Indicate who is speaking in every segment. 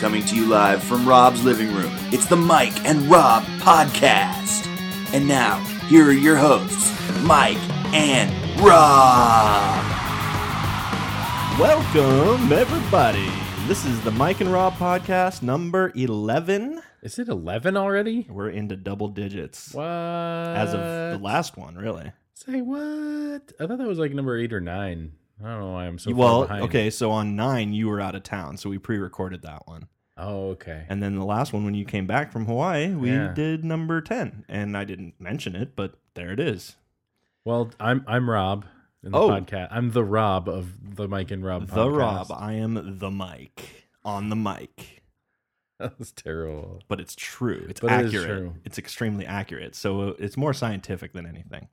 Speaker 1: coming to you live from Rob's living room. It's the Mike and Rob podcast. And now, here are your hosts, Mike and Rob.
Speaker 2: Welcome, everybody. This is the Mike and Rob podcast number 11.
Speaker 3: Is it 11 already?
Speaker 2: We're into double digits
Speaker 3: What?
Speaker 2: as
Speaker 3: As
Speaker 2: of the last one, really.
Speaker 3: Say what? I thought that was like number 8 or 9. I don't know why I'm so far
Speaker 2: well,
Speaker 3: behind.
Speaker 2: okay, so on nine, you were out of town, so we pre recorded that one.
Speaker 3: Oh, okay.
Speaker 2: And then the last one, when you came back from Hawaii, we
Speaker 3: Yeah.
Speaker 2: did number 10. And I didn't mention it, but there it is.
Speaker 3: Well, I'm I'm Rob in the
Speaker 2: Oh.
Speaker 3: podcast. I'm the Rob of the Mike and Rob podcast.
Speaker 2: The Rob. I am the Mike on the mic.
Speaker 3: That's terrible.
Speaker 2: But it's true. It's
Speaker 3: But it
Speaker 2: accurate.
Speaker 3: is true.
Speaker 2: It's extremely accurate. So uh, it's more scientific than anything.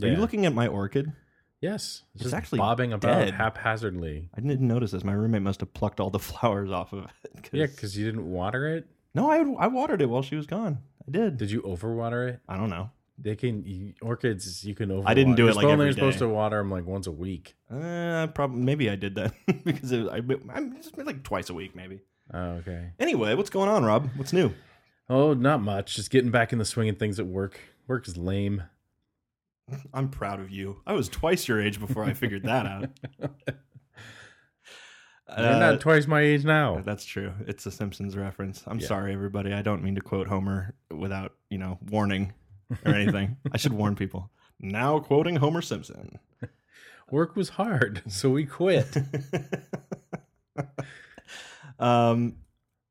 Speaker 2: Are
Speaker 3: Yeah.
Speaker 2: you looking at my orchid?
Speaker 3: Yes. It's,
Speaker 2: It's
Speaker 3: just
Speaker 2: actually
Speaker 3: bobbing about
Speaker 2: dead.
Speaker 3: haphazardly.
Speaker 2: I didn't notice this. My roommate must have plucked all the flowers off of it.
Speaker 3: Yeah, cuz you didn't water it?
Speaker 2: no, I I watered it while she was gone. I did.
Speaker 3: Did you overwater it?
Speaker 2: I don't know.
Speaker 3: They can you, orchids you can overwater.
Speaker 2: didn't do
Speaker 3: You're
Speaker 2: it, like,
Speaker 3: supposed-
Speaker 2: every
Speaker 3: You're supposed
Speaker 2: day.
Speaker 3: to water them like once a week.
Speaker 2: Uh, probably maybe I did that because it, I I'm it's been like twice a week maybe.
Speaker 3: Oh, okay.
Speaker 2: Anyway, what's going on, Rob? What's new?
Speaker 3: Oh, not much. Just getting back in the swing of things at work. Work is lame.
Speaker 2: I'm proud of you. I was twice your age before I figured that out.
Speaker 3: You're
Speaker 2: Uh,
Speaker 3: not twice my age now.
Speaker 2: that's true. It's a Simpsons reference. I'm
Speaker 3: Yeah.
Speaker 2: sorry, everybody. I don't mean to quote Homer without you know warning or anything. I should warn people. Now quoting Homer Simpson.
Speaker 3: Work was hard, so we quit.
Speaker 2: um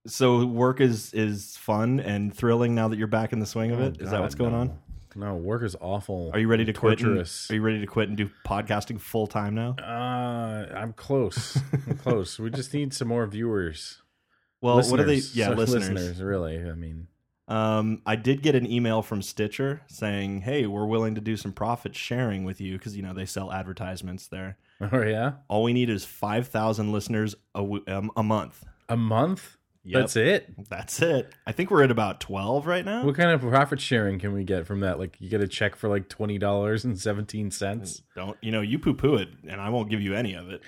Speaker 2: so work is is fun and thrilling now that you're back in the swing of it. Is that
Speaker 3: Oh, God,
Speaker 2: what's going
Speaker 3: no.
Speaker 2: on
Speaker 3: No, work is awful.
Speaker 2: are you ready to quit and,
Speaker 3: torturous?
Speaker 2: are you ready to quit and do podcasting full time now
Speaker 3: uh, I'm close. I'm close. We just need some more viewers.
Speaker 2: well what are they
Speaker 3: Listeners.
Speaker 2: yeah
Speaker 3: So-
Speaker 2: listeners.
Speaker 3: Really, I mean,
Speaker 2: um i did get an email from stitcher saying hey we're willing to do some profit sharing with you because you know they sell advertisements there
Speaker 3: oh yeah,
Speaker 2: all we need is 5000 listeners a, w- um, a month
Speaker 3: a month. That's it.
Speaker 2: that's it i think we're at about 12 right now
Speaker 3: What kind of profit sharing can we get from that? Like, you get a check for like twenty dollars and seventeen cents.
Speaker 2: don't you know you poo-poo it and i won't give you any of it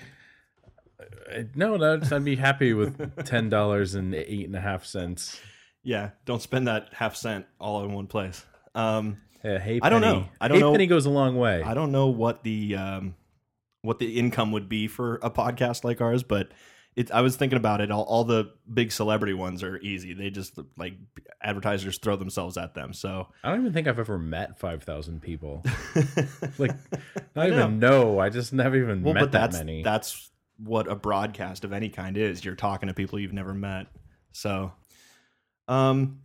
Speaker 3: Uh, No, that's, I'd be happy with ten dollars and eight and a half cents.
Speaker 2: Yeah, don't spend that half cent all in one place. Um,
Speaker 3: Yeah, hey, penny.
Speaker 2: I don't know. I don't know-
Speaker 3: Penny goes a long way.
Speaker 2: I don't know what the um, what the income would be for a podcast like ours, but it, I was thinking about it. All, all the big celebrity ones are easy; they just like advertisers throw themselves at them. So
Speaker 3: I don't even think I've ever met five thousand people.
Speaker 2: like,
Speaker 3: Like, I don't
Speaker 2: know.
Speaker 3: even know. I just never even
Speaker 2: well,
Speaker 3: met
Speaker 2: but
Speaker 3: that
Speaker 2: that's
Speaker 3: many.
Speaker 2: that's what a broadcast of any kind is. You're talking to people you've never met. So, um,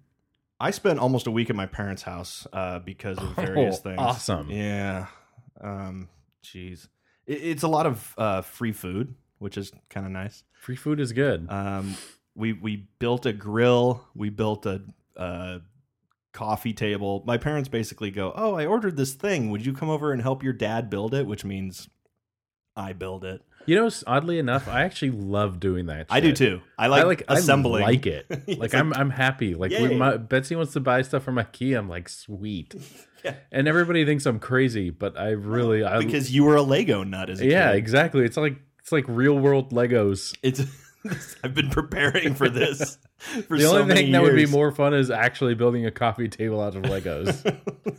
Speaker 2: I spent almost a week at my parents' house uh, because of various
Speaker 3: Oh,
Speaker 2: things.
Speaker 3: Awesome.
Speaker 2: Yeah. Um. Jeez. It, it's a lot of uh, free food, which is kind of nice.
Speaker 3: Free food is good.
Speaker 2: Um. We we built a grill. We built a uh coffee table. My parents basically go, "Oh, I ordered this thing. Would you come over and help your dad build it?" Which means I build it.
Speaker 3: you know, s- oddly enough, I actually love doing that.
Speaker 2: I do
Speaker 3: shit.
Speaker 2: too. I like,
Speaker 3: I like
Speaker 2: assembling.
Speaker 3: I like it.
Speaker 2: It's
Speaker 3: Like I'm, I'm happy. Like
Speaker 2: Yay.
Speaker 3: when my, Betsy wants to buy stuff from IKEA, I'm like, sweet.
Speaker 2: Yeah.
Speaker 3: And everybody thinks I'm crazy, but I really, I,
Speaker 2: because you were a Lego nut as a
Speaker 3: yeah,
Speaker 2: kid.
Speaker 3: exactly. It's like it's like real world Legos.
Speaker 2: It's I've been preparing for this for
Speaker 3: the
Speaker 2: so
Speaker 3: only
Speaker 2: many
Speaker 3: thing that would be
Speaker 2: years.
Speaker 3: more fun is actually building a coffee table out of Legos.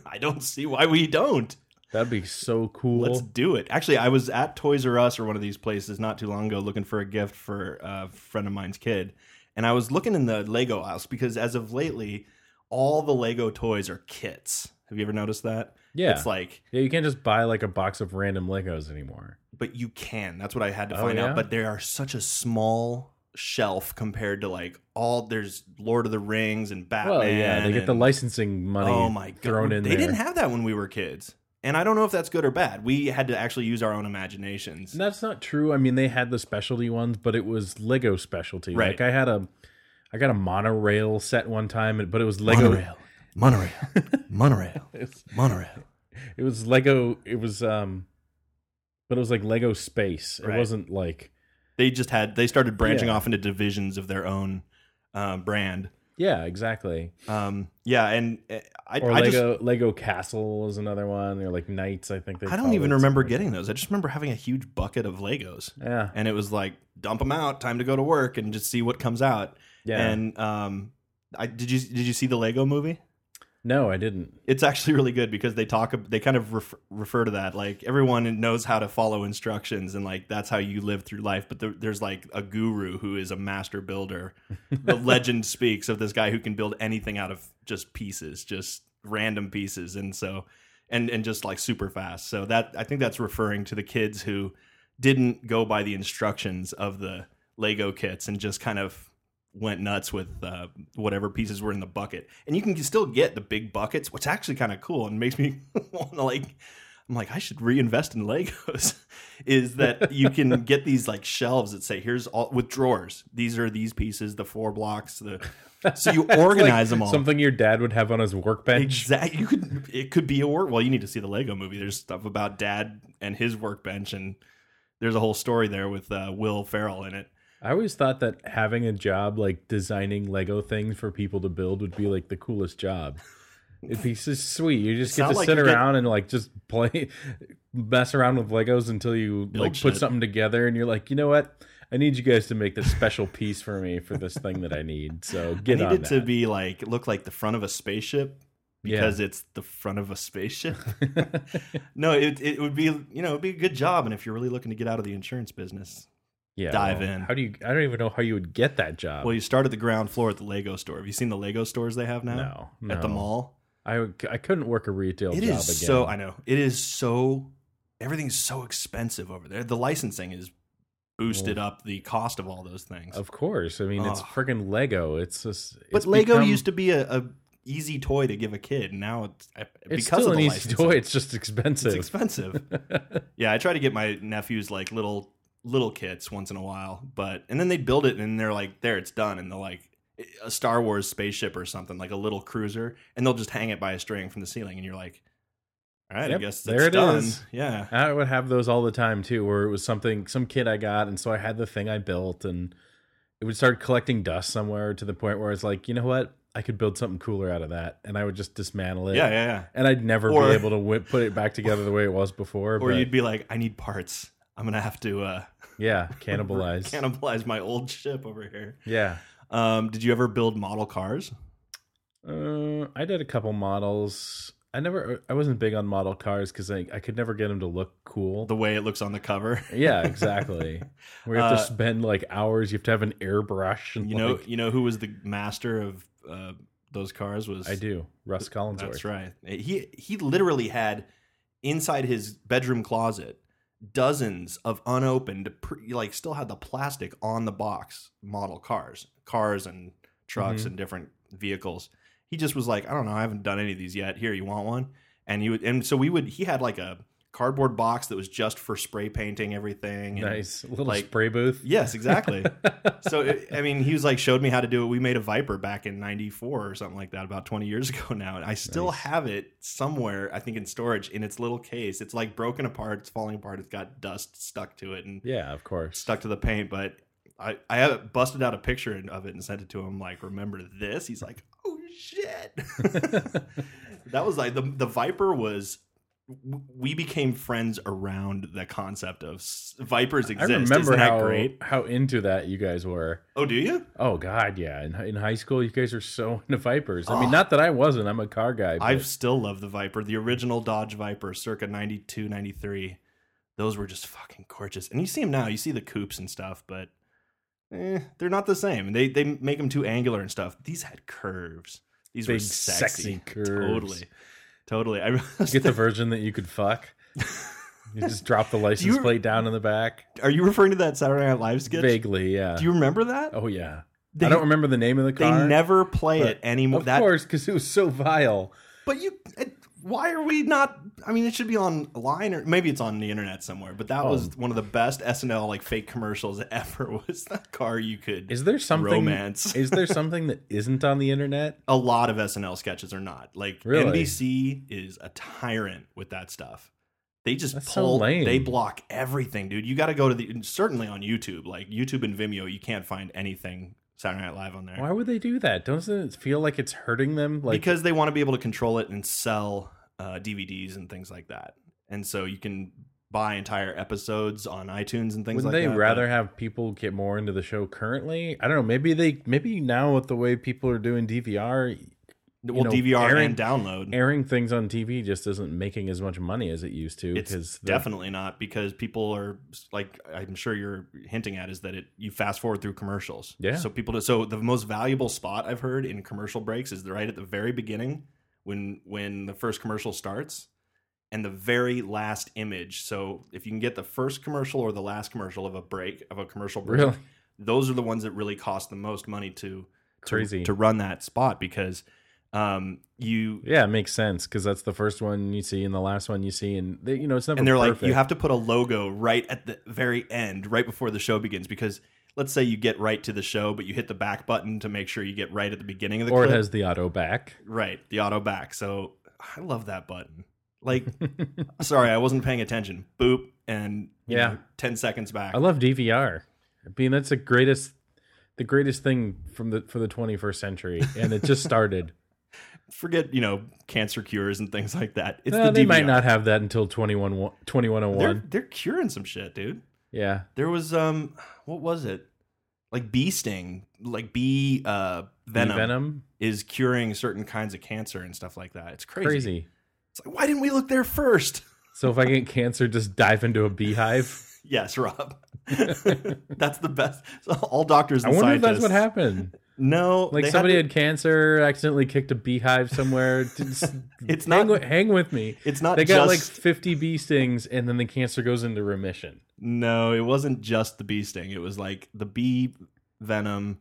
Speaker 2: I don't see why we don't.
Speaker 3: That'd be so cool.
Speaker 2: Let's do it. Actually, I was at Toys R Us or one of these places not too long ago looking for a gift for a friend of mine's kid. And I was looking in the Lego house because as of lately, all the Lego toys are kits. Have you ever noticed that?
Speaker 3: yeah.
Speaker 2: It's like,
Speaker 3: Yeah, you can't just buy like a box of random Legos anymore.
Speaker 2: but you can. That's what I had to
Speaker 3: Oh,
Speaker 2: find
Speaker 3: yeah?
Speaker 2: out. But they are such a small shelf compared to like all there's Lord of the Rings and Batman.
Speaker 3: well, yeah, they get
Speaker 2: Ah,
Speaker 3: the
Speaker 2: and-
Speaker 3: licensing money
Speaker 2: oh my God.
Speaker 3: thrown in
Speaker 2: They
Speaker 3: there.
Speaker 2: didn't have that when we were kids. And I don't know if that's good or bad. We had to actually use our own imaginations.
Speaker 3: That's not true. I mean, they had the specialty ones, but it was Lego specialty.
Speaker 2: Right.
Speaker 3: Like I had a I got a monorail set one time, but it was Lego
Speaker 2: monorail, monorail,
Speaker 3: It's-
Speaker 2: monorail.
Speaker 3: It was Lego it was um but it was like Lego space.
Speaker 2: Right.
Speaker 3: It wasn't like
Speaker 2: They just had they started branching
Speaker 3: Yeah.
Speaker 2: off into divisions of their own uh, brand.
Speaker 3: Yeah, exactly.
Speaker 2: Um, yeah, and uh, I,
Speaker 3: Or
Speaker 2: I just
Speaker 3: Lego Lego Castle was another one, or like Knights. I think they.
Speaker 2: I
Speaker 3: call
Speaker 2: don't even
Speaker 3: it.
Speaker 2: remember getting those. I just remember having a huge bucket of Legos,
Speaker 3: Yeah,
Speaker 2: and it was like dump them out, time to go to work, and just see what comes out.
Speaker 3: yeah.
Speaker 2: And um, I did you did you see the Lego movie?
Speaker 3: no, I didn't.
Speaker 2: It's actually really good because they talk they kind of refer, refer to that like everyone knows how to follow instructions and like that's how you live through life. But there, there's like a guru who is a master builder. the legend speaks of this guy who can build anything out of just pieces, just random pieces, and so and and just like super fast. So that I think that's referring to the kids who didn't go by the instructions of the Lego kits and just kind of went nuts with uh, whatever pieces were in the bucket. And you can still get the big buckets, which is actually kind of cool and makes me want to like. I'm like, I should reinvest in Legos. is that you can get these like shelves that say, here's all with drawers. These are these pieces, the four blocks, the so you
Speaker 3: It's like
Speaker 2: organize them all.
Speaker 3: Something your dad would have on his workbench.
Speaker 2: Exactly. You could. It could be a work. Well, you need to see the Lego movie. There's stuff about Dad and his workbench, and there's a whole story there with uh, Will Ferrell in it.
Speaker 3: I always thought that having a job like designing Lego things for people to build would be like the coolest job. It'd be so sweet. You just get
Speaker 2: Sound
Speaker 3: to
Speaker 2: like
Speaker 3: sit
Speaker 2: you get-
Speaker 3: around and like just play, mess around with Legos until you like
Speaker 2: shit.
Speaker 3: put something together, and you're like, you know what? I need you guys to make this special piece for me for this thing that I need. So
Speaker 2: I
Speaker 3: get
Speaker 2: need
Speaker 3: on
Speaker 2: it
Speaker 3: that.
Speaker 2: to be like look like the front of a spaceship
Speaker 3: yeah.
Speaker 2: because it's the front of a spaceship. no, it it would be you know it'd be a good job, and if you're really looking to get out of the insurance business,
Speaker 3: yeah,
Speaker 2: dive in.
Speaker 3: How do you? I don't even know how you would get that job.
Speaker 2: well, you start at the ground floor at the Lego store. Have you seen the Lego stores they have now
Speaker 3: no, no,
Speaker 2: at the mall?
Speaker 3: I would- I couldn't work a retail
Speaker 2: It
Speaker 3: job
Speaker 2: is
Speaker 3: again.
Speaker 2: so I know it is so everything's so expensive over there. The licensing is boosted up the cost of all those things.
Speaker 3: Of course. I mean, it's
Speaker 2: Ugh.
Speaker 3: freaking Lego. It's just.
Speaker 2: but Lego used to be a, a easy toy to give a kid. and Now it's,
Speaker 3: It's
Speaker 2: because
Speaker 3: still
Speaker 2: of
Speaker 3: an
Speaker 2: the
Speaker 3: easy
Speaker 2: licensing,
Speaker 3: toy. It's just
Speaker 2: it's
Speaker 3: expensive.
Speaker 2: expensive. yeah, I try to get my nephews like little little kits once in a while, but and then they build it and they're like, there, it's done, and they're like a Star Wars spaceship or something, like a little cruiser, and they'll just hang it by a string from the ceiling, and you're like, all right,
Speaker 3: Yep,
Speaker 2: I guess that's
Speaker 3: there it
Speaker 2: done.
Speaker 3: is.
Speaker 2: Yeah.
Speaker 3: I would have those all the time too, where it was something some kid I got, and so I had the thing I built, and it would start collecting dust somewhere to the point where it's like, you know what? I could build something cooler out of that, and I would just dismantle it.
Speaker 2: Yeah, yeah, yeah.
Speaker 3: And I'd never
Speaker 2: Or-
Speaker 3: be able to w- put it back together the way it was before.
Speaker 2: Or
Speaker 3: but
Speaker 2: you'd be like, I need parts. I'm gonna have to uh,
Speaker 3: yeah, cannibalize.
Speaker 2: cannibalize my old ship over here.
Speaker 3: yeah.
Speaker 2: Um, did you ever build model cars?
Speaker 3: Uh, I did a couple models. I never, I wasn't big on model cars because I, I could never get them to look cool.
Speaker 2: The way it looks on the cover.
Speaker 3: yeah, exactly. Where you have
Speaker 2: Uh,
Speaker 3: to spend like hours. You have to have an airbrush. And
Speaker 2: You know,
Speaker 3: like-
Speaker 2: you know who was the master of uh, those cars was.
Speaker 3: I do. Russ Collinsworth.
Speaker 2: That's right. He he literally had inside his bedroom closet dozens of unopened, pre, like still had the plastic on the box model cars, cars and trucks
Speaker 3: Mhm.
Speaker 2: and different vehicles. He just was like, I don't know, I haven't done any of these yet. Here, you want one? And he would, and so we would. He had like a cardboard box that was just for spray painting everything. And
Speaker 3: Nice little
Speaker 2: like-
Speaker 3: spray booth.
Speaker 2: Yes, exactly. so it, I mean, he was like showed me how to do it. We made a Viper back in '94 or something like that, about 20 years ago now, and I still
Speaker 3: Nice.
Speaker 2: have it somewhere. I think in storage in its little case. It's like broken apart. It's falling apart. It's got dust stuck to it and
Speaker 3: Yeah, of course.
Speaker 2: stuck to the paint. But I I have it- busted out a picture of it and sent it to him. Like, remember this? He's like, oh shit. that was like the the Viper was. We became friends around the concept of s- vipers
Speaker 3: I
Speaker 2: exist.
Speaker 3: remember
Speaker 2: Isn't that
Speaker 3: how
Speaker 2: great?
Speaker 3: how into that you guys were.
Speaker 2: Oh, do you?
Speaker 3: Oh God, yeah. In, in high school, you guys were so into Vipers. I mean,
Speaker 2: Oh.
Speaker 3: not that I wasn't. I'm a car guy. but-
Speaker 2: I still love the Viper, the original Dodge Viper, circa 92, 93. Those were just fucking gorgeous. And you see them now, you see the coupes and stuff, but eh, they're not the same. They they make them too angular and stuff. These had curves. These were
Speaker 3: Big,
Speaker 2: sexy.
Speaker 3: sexy curves.
Speaker 2: Totally. Totally. I was
Speaker 3: get the version that you could fuck. You just drop the license
Speaker 2: you-
Speaker 3: plate down in the back.
Speaker 2: Are you referring to that Saturday Night Live sketch?
Speaker 3: Vaguely, yeah.
Speaker 2: Do you remember that?
Speaker 3: oh yeah.
Speaker 2: They,
Speaker 3: I don't remember the name of the
Speaker 2: They
Speaker 3: car.
Speaker 2: never play
Speaker 3: but
Speaker 2: it anymore.
Speaker 3: of
Speaker 2: that,
Speaker 3: course, because it was so vile.
Speaker 2: But you, it, why are we not? I mean, it should be online or maybe it's on the internet somewhere. But that was
Speaker 3: Um,
Speaker 2: one of the best SNL like fake commercials ever. Was that car you could
Speaker 3: Is there something?
Speaker 2: romance?
Speaker 3: is there something that isn't on the internet?
Speaker 2: a lot of SNL sketches are not like
Speaker 3: Really?
Speaker 2: NBC is a tyrant with that stuff. They just
Speaker 3: That's so
Speaker 2: pull.
Speaker 3: lame.
Speaker 2: They block everything, dude. You got to go to the and certainly on YouTube, like YouTube and Vimeo. You can't find anything Saturday Night Live on there
Speaker 3: Why would they do that? Doesn't it feel like it's hurting them? Like
Speaker 2: because they want to be able to control it and sell uh, DVDs and things like that. And so you can buy entire episodes on iTunes and things
Speaker 3: wouldn't
Speaker 2: like
Speaker 3: they
Speaker 2: that. but-
Speaker 3: rather have people get more into the show currently? I don't know. Maybe they maybe now with the way people are doing DVR,
Speaker 2: well
Speaker 3: know,
Speaker 2: DVR
Speaker 3: airing-
Speaker 2: and download.
Speaker 3: airing things on TV just isn't making as much money as it used to.
Speaker 2: It's
Speaker 3: Because
Speaker 2: Definitely not because people are like I'm sure you're hinting at is that it you fast forward through commercials.
Speaker 3: Yeah.
Speaker 2: So people so the most valuable spot I've heard in commercial breaks is right at the very beginning when when the first commercial starts and the very last image. So if you can get the first commercial or the last commercial of a break of a commercial break,
Speaker 3: really
Speaker 2: those are the ones that really cost the most money to to-
Speaker 3: crazy.
Speaker 2: to, run that spot because um you
Speaker 3: yeah, it makes sense because that's the first one you see and the last one you see, and they, you know it's never.
Speaker 2: and they're like you
Speaker 3: perfect.
Speaker 2: have to put a logo right at the very end right before the show begins because let's say you get right to the show but you hit the back button to make sure you get right at the beginning of the
Speaker 3: or it
Speaker 2: clip
Speaker 3: has the auto back.
Speaker 2: right the auto back so i love that button like sorry i wasn't paying attention boop and you
Speaker 3: Yeah.
Speaker 2: know, 10 seconds back
Speaker 3: I love DVR. I mean, that's the greatest, the greatest thing from the for the 21st century, and it just started.
Speaker 2: forget you know cancer cures and things like that it's
Speaker 3: Well,
Speaker 2: the
Speaker 3: Eh, they might
Speaker 2: DVR.
Speaker 3: not have that until 21, wa-
Speaker 2: they're,
Speaker 3: 2101.
Speaker 2: they're curing some shit dude
Speaker 3: yeah,
Speaker 2: There was um what was it? Like bee sting, like bee uh venom,
Speaker 3: Venom,
Speaker 2: is curing certain kinds of cancer and stuff like that. It's crazy.
Speaker 3: crazy.
Speaker 2: It's like why didn't we look there first?
Speaker 3: So if I get cancer, just dive into a beehive.
Speaker 2: yes, Rob. that's the best. So all doctors
Speaker 3: I
Speaker 2: and
Speaker 3: wonder if that's
Speaker 2: scientists.
Speaker 3: what happened.
Speaker 2: No,
Speaker 3: Like
Speaker 2: they
Speaker 3: somebody
Speaker 2: had
Speaker 3: had, cancer, accidentally kicked a beehive somewhere. Just
Speaker 2: It's
Speaker 3: hang,
Speaker 2: not-
Speaker 3: wi- hang with me.
Speaker 2: to- it's not
Speaker 3: They got like
Speaker 2: just
Speaker 3: 50 bee stings, and then the cancer goes into remission.
Speaker 2: no, it wasn't just the bee sting. It was like the bee venom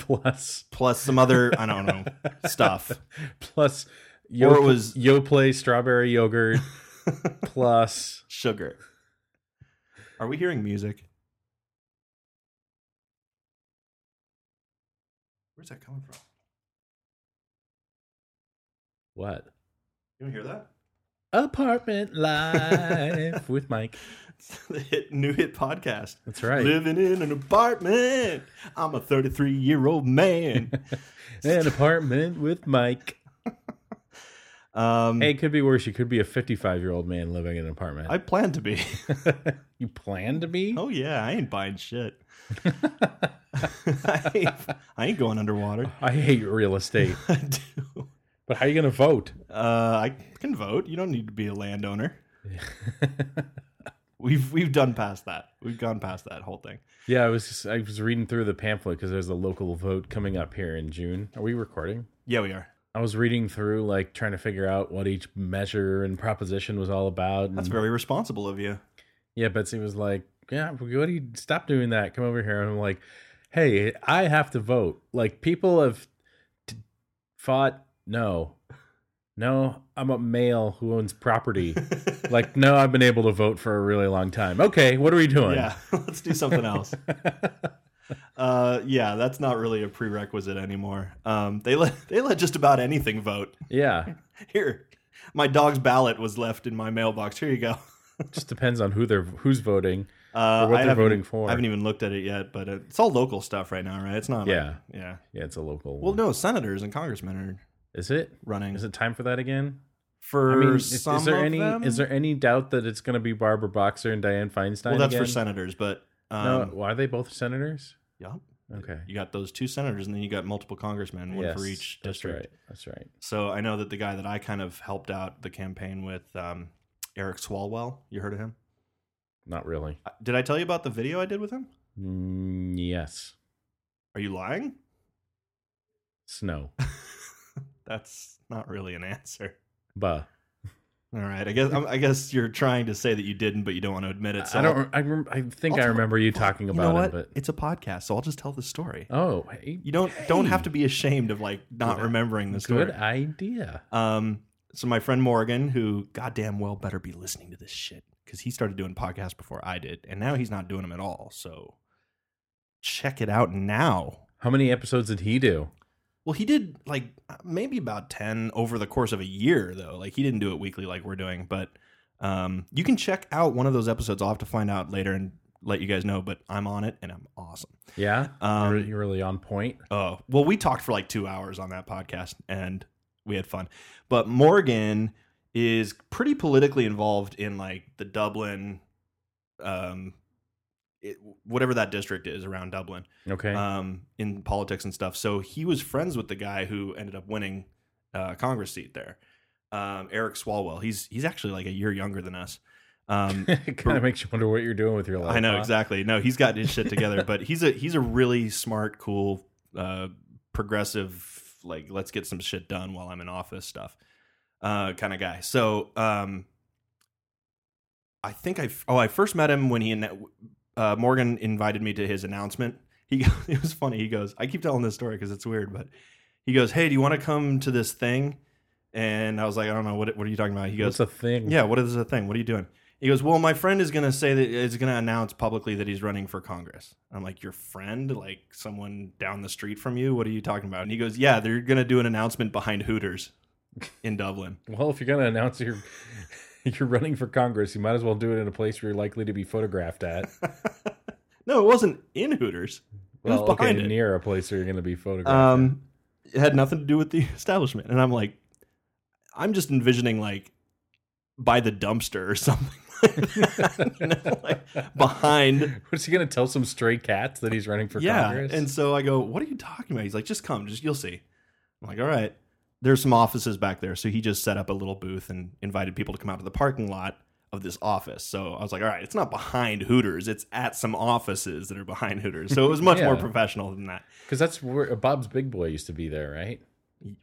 Speaker 3: Plus,
Speaker 2: plus some other I don't know stuff.
Speaker 3: plus yo,
Speaker 2: it was-
Speaker 3: yo play strawberry yogurt plus
Speaker 2: Sugar. Are we hearing music? Where's that coming from?
Speaker 3: what
Speaker 2: You don't hear that?
Speaker 3: apartment life with mike
Speaker 2: It's the hit, new hit podcast.
Speaker 3: that's right
Speaker 2: Living in an apartment. I'm a 33 year old man.
Speaker 3: an apartment with mike
Speaker 2: Um,
Speaker 3: hey it could be worse you could be a 55 year old man living in an apartment
Speaker 2: I plan to be.
Speaker 3: you plan to be
Speaker 2: Oh yeah, I ain't buying shit. I, ain't, I ain't going underwater.
Speaker 3: i hate real estate
Speaker 2: I do.
Speaker 3: but how are you gonna vote
Speaker 2: Uh, I can vote. You don't need to be a landowner. We've we've done past that. We've gone past that whole thing.
Speaker 3: yeah i was just, i was reading through the pamphlet because there's a local vote coming up here in june are we recording
Speaker 2: Yeah, we are.
Speaker 3: I was reading through, like trying to figure out what each measure and proposition was all about.
Speaker 2: That's
Speaker 3: and-
Speaker 2: very responsible of you. yeah
Speaker 3: Yeah, Betsy was like, "Yeah, what do you stop doing that? Come over here." And I'm like, "Hey, I have to vote. Like, people have t- fought. No, no, I'm a male who owns property. like, no, I've been able to vote for a really long time. Okay, what are we doing?
Speaker 2: let's do something else. uh, yeah, that's not really a prerequisite anymore. Um, they let they let just about anything vote.
Speaker 3: yeah,
Speaker 2: Here, my dog's ballot was left in my mailbox. Here you go.
Speaker 3: just depends on who they're who's voting.
Speaker 2: Uh,
Speaker 3: Or what
Speaker 2: I
Speaker 3: they're
Speaker 2: haven't-
Speaker 3: voting for.
Speaker 2: I haven't even looked at it yet, but it's all local stuff right now, right? It's not. like-
Speaker 3: Yeah.
Speaker 2: yeah.
Speaker 3: Yeah, it's a local.
Speaker 2: Well,
Speaker 3: one.
Speaker 2: no, senators and congressmen are
Speaker 3: is it?
Speaker 2: running.
Speaker 3: Is it time for that again?
Speaker 2: for
Speaker 3: I mean, is, is
Speaker 2: some
Speaker 3: there
Speaker 2: of
Speaker 3: any
Speaker 2: them?
Speaker 3: is there any doubt that it's going to be Barbara Boxer and Diane Feinstein?
Speaker 2: Well, that's for
Speaker 3: again?
Speaker 2: senators, but um,
Speaker 3: No, why are they both senators?
Speaker 2: yeah.
Speaker 3: Okay.
Speaker 2: You got those two senators, and then you got multiple congressmen, one for
Speaker 3: Yes,
Speaker 2: each district.
Speaker 3: That's right. That's right.
Speaker 2: So I know that the guy that I kind of helped out the campaign with, um, Eric Swalwell. You heard of him?
Speaker 3: Not really.
Speaker 2: Uh, Did I tell you about the video I did with him?
Speaker 3: Mm, yes.
Speaker 2: Are you lying?
Speaker 3: Snow.
Speaker 2: That's not really an answer.
Speaker 3: Buh.
Speaker 2: All right, I guess I'm- I guess you're trying to say that you didn't, but you don't want to admit it. So
Speaker 3: I don't. I, rem- I think
Speaker 2: I'll
Speaker 3: I
Speaker 2: tell-
Speaker 3: remember you talking
Speaker 2: You
Speaker 3: about
Speaker 2: know what?
Speaker 3: it,
Speaker 2: It's a podcast, so I'll just tell the story.
Speaker 3: but oh, hey,
Speaker 2: You don't don't
Speaker 3: hey,
Speaker 2: have to be ashamed of like not
Speaker 3: Good-
Speaker 2: remembering the story.
Speaker 3: Good idea.
Speaker 2: Um, so my friend Morgan, who goddamn well better be listening to this shit, because he started doing podcasts before I did, and now he's not doing them at all. So check it out now.
Speaker 3: How many episodes did he do?
Speaker 2: Well, he did like uh, maybe about ten over the course of a year, though. Like he didn't do it weekly like we're doing, but um, you can check out one of those episodes. I'll have to find out later and let you guys know, but I'm on it and I'm awesome.
Speaker 3: Yeah,
Speaker 2: Um,
Speaker 3: you're, you're really on point.
Speaker 2: Oh, well, we talked for like two hours on that podcast and we had fun. But Morgan is pretty politically involved in like the Dublin, um, it, whatever that district is around Dublin,
Speaker 3: Okay,
Speaker 2: um, in politics and stuff. So he was friends with the guy who ended up winning uh, Congress seat there, um, Eric Swalwell. He's he's actually like a year younger than us. Um,
Speaker 3: it kind of makes you wonder what you're doing with your life.
Speaker 2: I know
Speaker 3: huh?
Speaker 2: exactly. No, he's got his shit together, but he's a he's a really smart, cool, uh, progressive, like let's get some shit done while I'm in office stuff, uh, kind of guy. So, um, I think I f- oh I first met him when he and uh, Morgan invited me to his announcement. He go- it was funny. He goes, I keep telling this story because it's weird, but he goes, Hey, do you want to come to this thing? And I was like, I don't know what what are you talking about. He goes,
Speaker 3: What's a thing?
Speaker 2: yeah, what is the thing? What are you doing? He goes, Well, my friend is going to say that is going to announce publicly that he's running for Congress. I'm like, Your friend? Like someone down the street from you? What are you talking about? And he goes, Yeah, they're going to do an announcement behind Hooters in Dublin.
Speaker 3: Well, if you're gonna announce you're you're running for Congress, you might as well do it in a place where you're likely to be photographed at.
Speaker 2: no, it wasn't in Hooters. It was
Speaker 3: Well,
Speaker 2: behind
Speaker 3: okay,
Speaker 2: it.
Speaker 3: near a place where you're gonna be photographed.
Speaker 2: um, it had nothing to do with the establishment. And I'm like, I'm just envisioning like by the dumpster or something like that. you know, Uh, like behind
Speaker 3: at. What's he gonna tell some stray cats that he's running for
Speaker 2: yeah.
Speaker 3: Congress?
Speaker 2: And so I go, "What are you talking about?" He's like, "Just come, just you'll see." I'm like, "All right." There's some offices back there, so he just set up a little booth and invited people to come out to the parking lot of this office. So I was like, "All right, it's not behind Hooters; it's at some offices that are behind Hooters." So it was much more
Speaker 3: Yeah.
Speaker 2: professional than that.
Speaker 3: because that's where uh, Bob's Big Boy used to be there, right?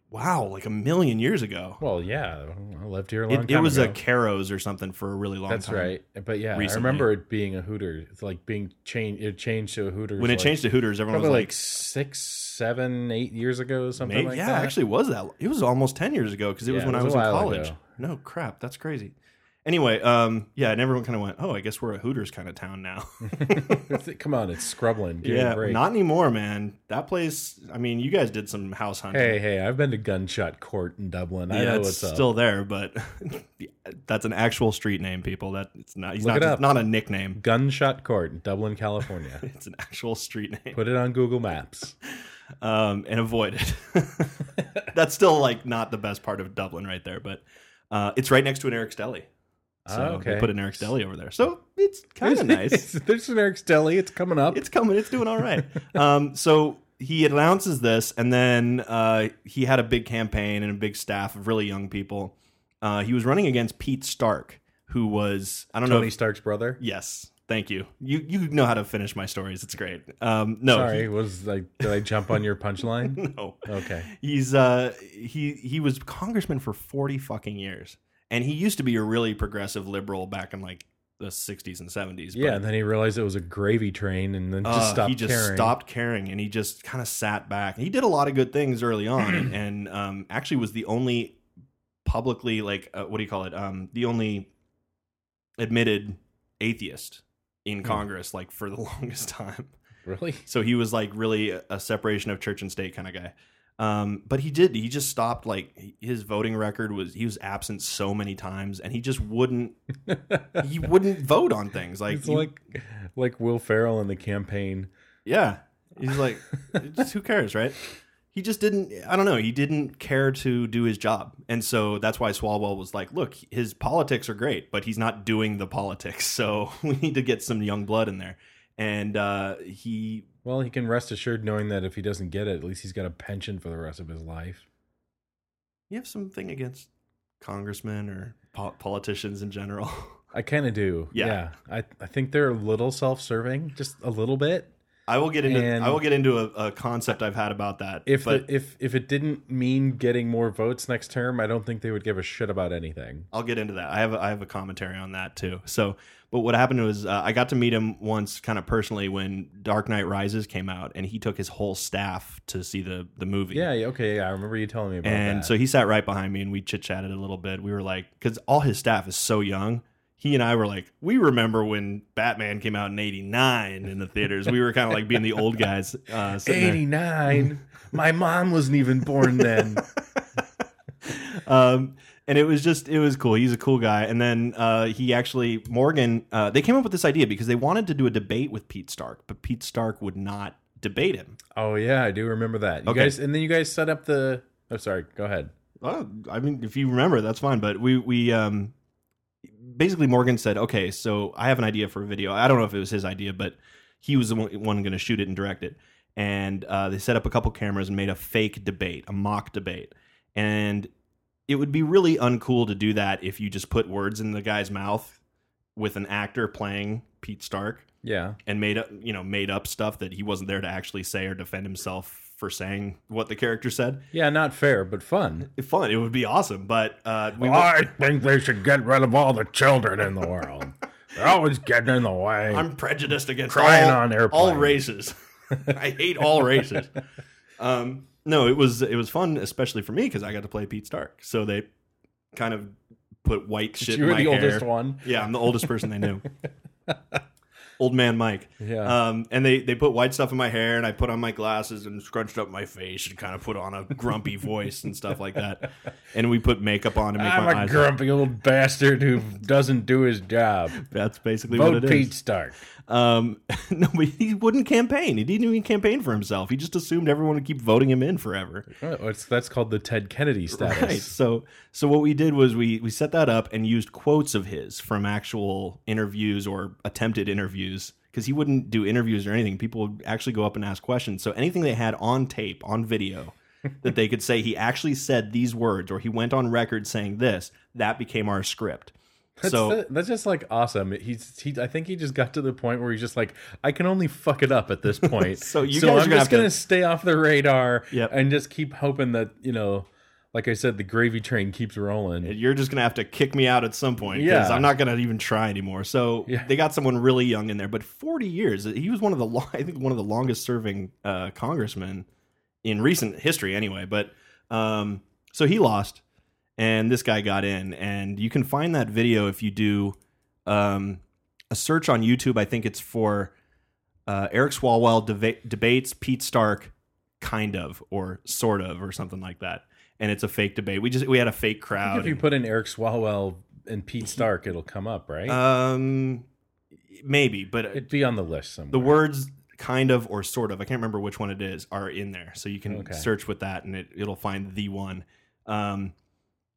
Speaker 2: Wow, like a million years ago.
Speaker 3: Well, yeah, I lived here a long
Speaker 2: It, it
Speaker 3: time.
Speaker 2: was
Speaker 3: ago.
Speaker 2: a Caro's or something for a really long
Speaker 3: That's
Speaker 2: time.
Speaker 3: right. But yeah,
Speaker 2: recently.
Speaker 3: I remember it being a Hooter. It's like being changed. It changed to a Hooter
Speaker 2: When it
Speaker 3: like,
Speaker 2: changed to Hooters, everyone
Speaker 3: probably
Speaker 2: was
Speaker 3: like,
Speaker 2: like,
Speaker 3: six, seven, eight years ago, something
Speaker 2: Maybe-
Speaker 3: like
Speaker 2: yeah,
Speaker 3: that.
Speaker 2: actually was that. It was almost 10 years ago because it was
Speaker 3: Yeah,
Speaker 2: when
Speaker 3: it
Speaker 2: I was
Speaker 3: was a
Speaker 2: in
Speaker 3: while
Speaker 2: college.
Speaker 3: ago.
Speaker 2: No, crap. That's crazy. Anyway, um, yeah, and everyone kind of went, oh, I guess we're a Hooters kind of town now.
Speaker 3: actually, come on, it's Scrublin. Give yeah,
Speaker 2: yeah,
Speaker 3: a break.
Speaker 2: not anymore, man. That place, I mean, you guys did some house hunting.
Speaker 3: hey, hey, I've been to Gunshot Court in Dublin. I
Speaker 2: yeah,
Speaker 3: know
Speaker 2: it's
Speaker 3: what's
Speaker 2: still there, but that's an actual street name, people. That it's not. He's
Speaker 3: Look
Speaker 2: not
Speaker 3: it
Speaker 2: just-
Speaker 3: up.
Speaker 2: not a nickname.
Speaker 3: up. Gunshot Court in Dublin, California.
Speaker 2: It's an actual street name.
Speaker 3: Put it on Google Maps.
Speaker 2: um, and avoid it. That's still like not the best part of Dublin, right there, but uh, it's right next to an Eric's Deli.
Speaker 3: Ah,
Speaker 2: So
Speaker 3: okay.
Speaker 2: they put an Eric's Deli over there, so Oh, it's kind of nice.
Speaker 3: There's an Eric's Deli. It's coming up.
Speaker 2: It's coming. It's doing all right. Um, so he announces this, and then uh, he had a big campaign and a big staff of really young people. Uh, he was running against Pete Stark, who was I don't know.
Speaker 3: Tony
Speaker 2: if-
Speaker 3: Stark's brother.
Speaker 2: yes, thank you. You you know how to finish my stories. It's great. Um, no,
Speaker 3: Sorry, was like, did I jump on your punchline?
Speaker 2: no.
Speaker 3: Okay.
Speaker 2: He's uh he he was congressman for 40 fucking years. And he used to be a really progressive liberal back in like the 60s and 70s.
Speaker 3: Yeah,
Speaker 2: but,
Speaker 3: and then he realized it was a gravy train, and then just
Speaker 2: uh,
Speaker 3: stopped
Speaker 2: he just
Speaker 3: caring.
Speaker 2: stopped caring and he just kind of sat back. He did a lot of good things early on and, and um actually was the only publicly like uh, what do you call it? Um the only admitted atheist in
Speaker 3: Hmm.
Speaker 2: Congress like for the longest time.
Speaker 3: Really?
Speaker 2: So he was like really a a separation of church and state kind of guy. Um, but he did. He just stopped. Like his voting record was he was absent so many times, and he just wouldn't. He wouldn't vote on things. Like,
Speaker 3: it's
Speaker 2: you-
Speaker 3: like like Will Ferrell in the campaign.
Speaker 2: yeah, he's like, just, who cares, right? He just didn't. I don't know. He didn't care to do his job, and so that's why Swalwell was like, "Look, his politics are great, but he's not doing the politics. So we need to get some young blood in there." And uh, he
Speaker 3: Well, he can rest assured knowing that if he doesn't get it, at least he's got a pension for the rest of his life.
Speaker 2: you have something against congressmen or po- politicians in general
Speaker 3: I kind of do.
Speaker 2: Yeah.
Speaker 3: I, I think they're a little self-serving, just a little bit.
Speaker 2: i will get into
Speaker 3: And-
Speaker 2: i will get into a, a concept i've had about that
Speaker 3: If
Speaker 2: but
Speaker 3: the, if if it didn't mean getting more votes next term, I don't think they would give a shit about anything.
Speaker 2: i'll get into that i have a, i have a commentary on that too so but what happened was uh, i got to meet him once kind of personally when dark knight rises came out and he took his whole staff to see the the movie
Speaker 3: Yeah. yeah, Okay. Yeah, I remember you telling me about that.
Speaker 2: and so he sat right behind me and we chit chatted a little bit we were like because all his staff is so young he and i were like we remember when batman came out in 89 in the theaters we were kind of like being the old guys uh, sitting there.
Speaker 3: 89. My mom wasn't even born then.
Speaker 2: um, and it was just it was cool. He's a cool guy. And then uh, he actually Morgan. Uh, they came up with this idea because they wanted to do a debate with Pete Stark, but Pete Stark would not debate him.
Speaker 3: Oh yeah, I do remember that. You
Speaker 2: Okay.
Speaker 3: guys, and then you guys set up the. Oh, sorry. Go ahead.
Speaker 2: Well, Oh, I mean, if you remember, that's fine. But we we um, basically Morgan said, okay, so I have an idea for a video. I don't know if it was his idea, but he was the one, one going to shoot it and direct it. And uh, they set up a couple cameras and made a fake debate, a mock debate. And it would be really uncool to do that if you just put words in the guy's mouth with an actor playing Pete Stark
Speaker 3: Yeah.
Speaker 2: and made up you know made up stuff that he wasn't there to actually say or defend himself for saying what the character said
Speaker 3: Yeah, not fair, but fun.
Speaker 2: fun. It would be awesome, but uh, we
Speaker 3: think they should get rid of all the children in the world. They're always getting in the way.
Speaker 2: I'm prejudiced against
Speaker 3: Crying
Speaker 2: all,
Speaker 3: on airplanes.
Speaker 2: all races. I hate all races. um, no, it was it was fun, especially for me because I got to play Pete Stark. So they kind of put white shit.
Speaker 3: you
Speaker 2: in
Speaker 3: were
Speaker 2: my
Speaker 3: the
Speaker 2: hair.
Speaker 3: oldest one.
Speaker 2: Yeah, I'm the oldest person they knew. Old man Mike.
Speaker 3: Yeah.
Speaker 2: Um, and they, they put white stuff in my hair, and I put on my glasses and scrunched up my face and kind of put on a grumpy voice and stuff like that. And we put makeup on to make my
Speaker 3: I'm a
Speaker 2: eyes.
Speaker 3: grumpy old bastard who doesn't do his job.
Speaker 2: That's basically what it
Speaker 3: Vote
Speaker 2: is.
Speaker 3: Pete Stark.
Speaker 2: Um, no, but he wouldn't campaign. He didn't even campaign for himself. He just assumed everyone would keep voting him in forever.
Speaker 3: Oh, it's, that's called the Ted Kennedy status.
Speaker 2: Right. So, so what we did was we we set that up and used quotes of his from actual interviews or attempted interviews because he wouldn't do interviews or anything. People would actually go up and ask questions. So anything they had on tape, on video, that they could say he actually said these words or he went on record saying this, that became our script.
Speaker 3: That's,
Speaker 2: so
Speaker 3: the- that's just like awesome. He's he. I think he just got to the point where he's just like, I can only fuck it up at this point.
Speaker 2: So you guys are
Speaker 3: I'm
Speaker 2: gonna
Speaker 3: just
Speaker 2: have to-
Speaker 3: gonna stay off the radar
Speaker 2: Yep.
Speaker 3: and just keep hoping that you know, like I said, the gravy train keeps rolling.
Speaker 2: you're just gonna have to kick me out at some point because
Speaker 3: Yeah.
Speaker 2: I'm not gonna even try anymore. So
Speaker 3: Yeah.
Speaker 2: they got someone really young in there, but 40 years. He was one of the long, I think one of the longest serving uh, congressmen in recent history, anyway. But um, so he lost, and this guy got in, and you can find that video if you do um, a search on YouTube. I think it's for uh, Eric Swalwell deba- debates Pete Stark, kind of or sort of or something like that. And it's a fake debate. We just we had a fake
Speaker 3: I think
Speaker 2: crowd.
Speaker 3: if you put in Eric Swalwell and Pete Stark, it'll come up, right?
Speaker 2: Um, maybe, but uh,
Speaker 3: It'd be on the list somewhere.
Speaker 2: the words kind of or sort of, I can't remember which one it is, are in there. So you can
Speaker 3: Okay.
Speaker 2: search with that, and it it'll find the one. Um,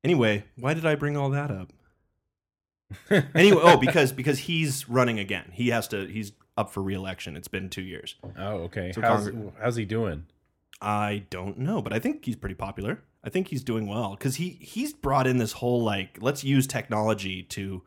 Speaker 2: anyway, why did I bring all that up? Anyway, oh, because because he's running again. He has to. He's up for reelection. It's been two years.
Speaker 3: oh, okay.
Speaker 2: So
Speaker 3: how's,
Speaker 2: Congre-
Speaker 3: how's he doing?
Speaker 2: I don't know, but I think he's pretty popular. I think he's doing well because he he's brought in this whole like let's use technology to.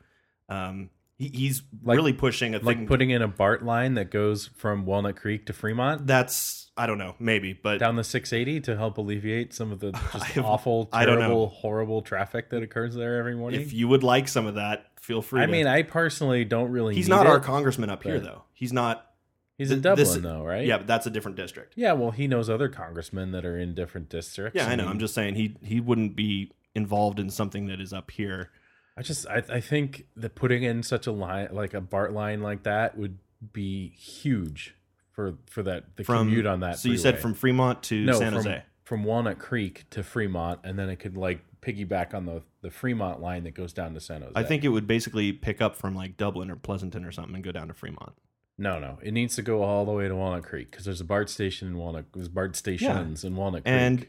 Speaker 2: Um, he, he's
Speaker 3: Like-
Speaker 2: really pushing a thing.
Speaker 3: Like putting in a BART line that goes from Walnut Creek to Fremont
Speaker 2: that's I don't know, maybe, but
Speaker 3: down the 680 to help alleviate some of the
Speaker 2: I
Speaker 3: just
Speaker 2: have-
Speaker 3: awful,
Speaker 2: I don't know.
Speaker 3: terrible, horrible traffic that occurs there every morning.
Speaker 2: if you would like some of that, feel free.
Speaker 3: I
Speaker 2: to.
Speaker 3: mean, I personally don't really.
Speaker 2: he's
Speaker 3: need
Speaker 2: not
Speaker 3: it.
Speaker 2: our congressman up here
Speaker 3: but-
Speaker 2: though. He's not.
Speaker 3: He's
Speaker 2: th-
Speaker 3: in Dublin,
Speaker 2: this-
Speaker 3: though, right?
Speaker 2: Yeah, but that's a different district.
Speaker 3: Yeah. Well, he knows other congressmen that are in different districts.
Speaker 2: Yeah, I know. I'm
Speaker 3: mean,
Speaker 2: just saying he he wouldn't be involved in something that is up here.
Speaker 3: I just, I, I think that putting in such a line, like a BART line like that, would be huge for for that the
Speaker 2: From
Speaker 3: commute on that.
Speaker 2: So you said
Speaker 3: freeway.
Speaker 2: from Fremont to
Speaker 3: no,
Speaker 2: San
Speaker 3: from,
Speaker 2: Jose.
Speaker 3: from Walnut Creek to Fremont, and then it could like piggyback on the the Fremont line that goes down to San Jose.
Speaker 2: I think it would basically pick up from like Dublin or Pleasanton or something and go down to Fremont.
Speaker 3: no, no, it needs to go all the way to Walnut Creek because there's a BART station in Walnut. There's BART stations in Walnut Creek.
Speaker 2: And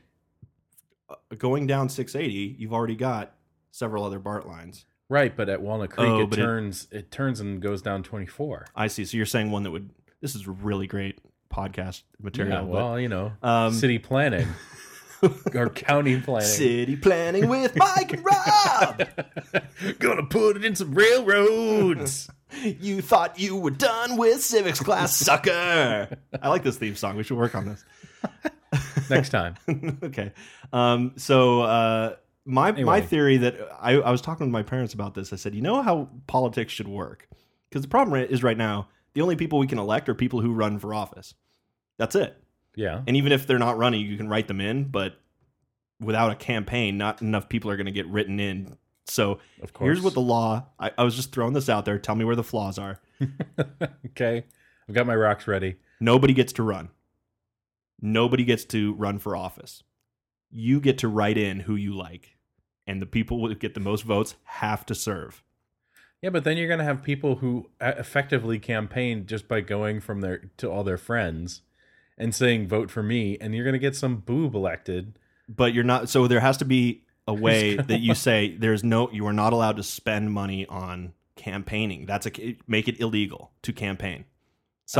Speaker 2: uh, going down 680, you've already got several other BART lines.
Speaker 3: Right, but at Walnut Creek
Speaker 2: Oh,
Speaker 3: it
Speaker 2: but it-
Speaker 3: turns it, turns and goes down 24.
Speaker 2: I see. So you're saying one that would. This is really great podcast material.
Speaker 3: yeah, well, you know,
Speaker 2: but, um,
Speaker 3: city planning or county planning.
Speaker 2: City planning with Mike and Rob.
Speaker 3: Gonna put it in some railroads.
Speaker 2: You thought you were done with civics class, sucker. I like this theme song. We should work on this.
Speaker 3: Next time.
Speaker 2: okay. Um, so uh, my my
Speaker 3: Anyway.
Speaker 2: theory that I, I was talking to my parents about this. I said, you know how politics should work, because the problem is right now the only people we can elect are people who run for office. That's it.
Speaker 3: Yeah.
Speaker 2: And even if they're not running, you can write them in, but without a campaign, not enough people are going to get written in. So
Speaker 3: Of course.
Speaker 2: here's what the law. I, I was just throwing this out there. Tell me where the flaws are.
Speaker 3: Okay. I've got my rocks ready.
Speaker 2: Nobody gets to run. Nobody gets to run for office. You get to write in who you like. and the people who get the most votes have to serve.
Speaker 3: Yeah, but then you're going to have people who e- effectively campaigned just by going from their to all their friends and saying vote for me and you're going to get some boob elected.
Speaker 2: But you're not so there has to be a way that you say there's no you are not allowed to spend money on campaigning. That's a make it illegal to campaign.
Speaker 3: I don't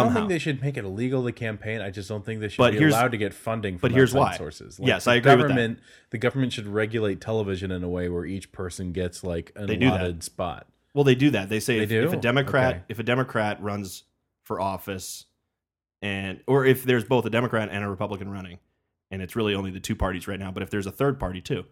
Speaker 2: Somehow.
Speaker 3: think they should make it illegal to campaign. I just don't think they should
Speaker 2: But
Speaker 3: be
Speaker 2: here's-
Speaker 3: allowed to get funding from
Speaker 2: but here's
Speaker 3: outside
Speaker 2: why.
Speaker 3: sources.
Speaker 2: Yes,
Speaker 3: the
Speaker 2: I agree with that.
Speaker 3: government, The government should regulate television in a way where each person gets like an
Speaker 2: They do that.
Speaker 3: allotted spot.
Speaker 2: Well, they do that. They say
Speaker 3: They
Speaker 2: if,
Speaker 3: do?
Speaker 2: if a Democrat
Speaker 3: Okay.
Speaker 2: if a Democrat runs for office, and or if there's both a Democrat and a Republican running, and it's really only the two parties right now. But if there's a third party too,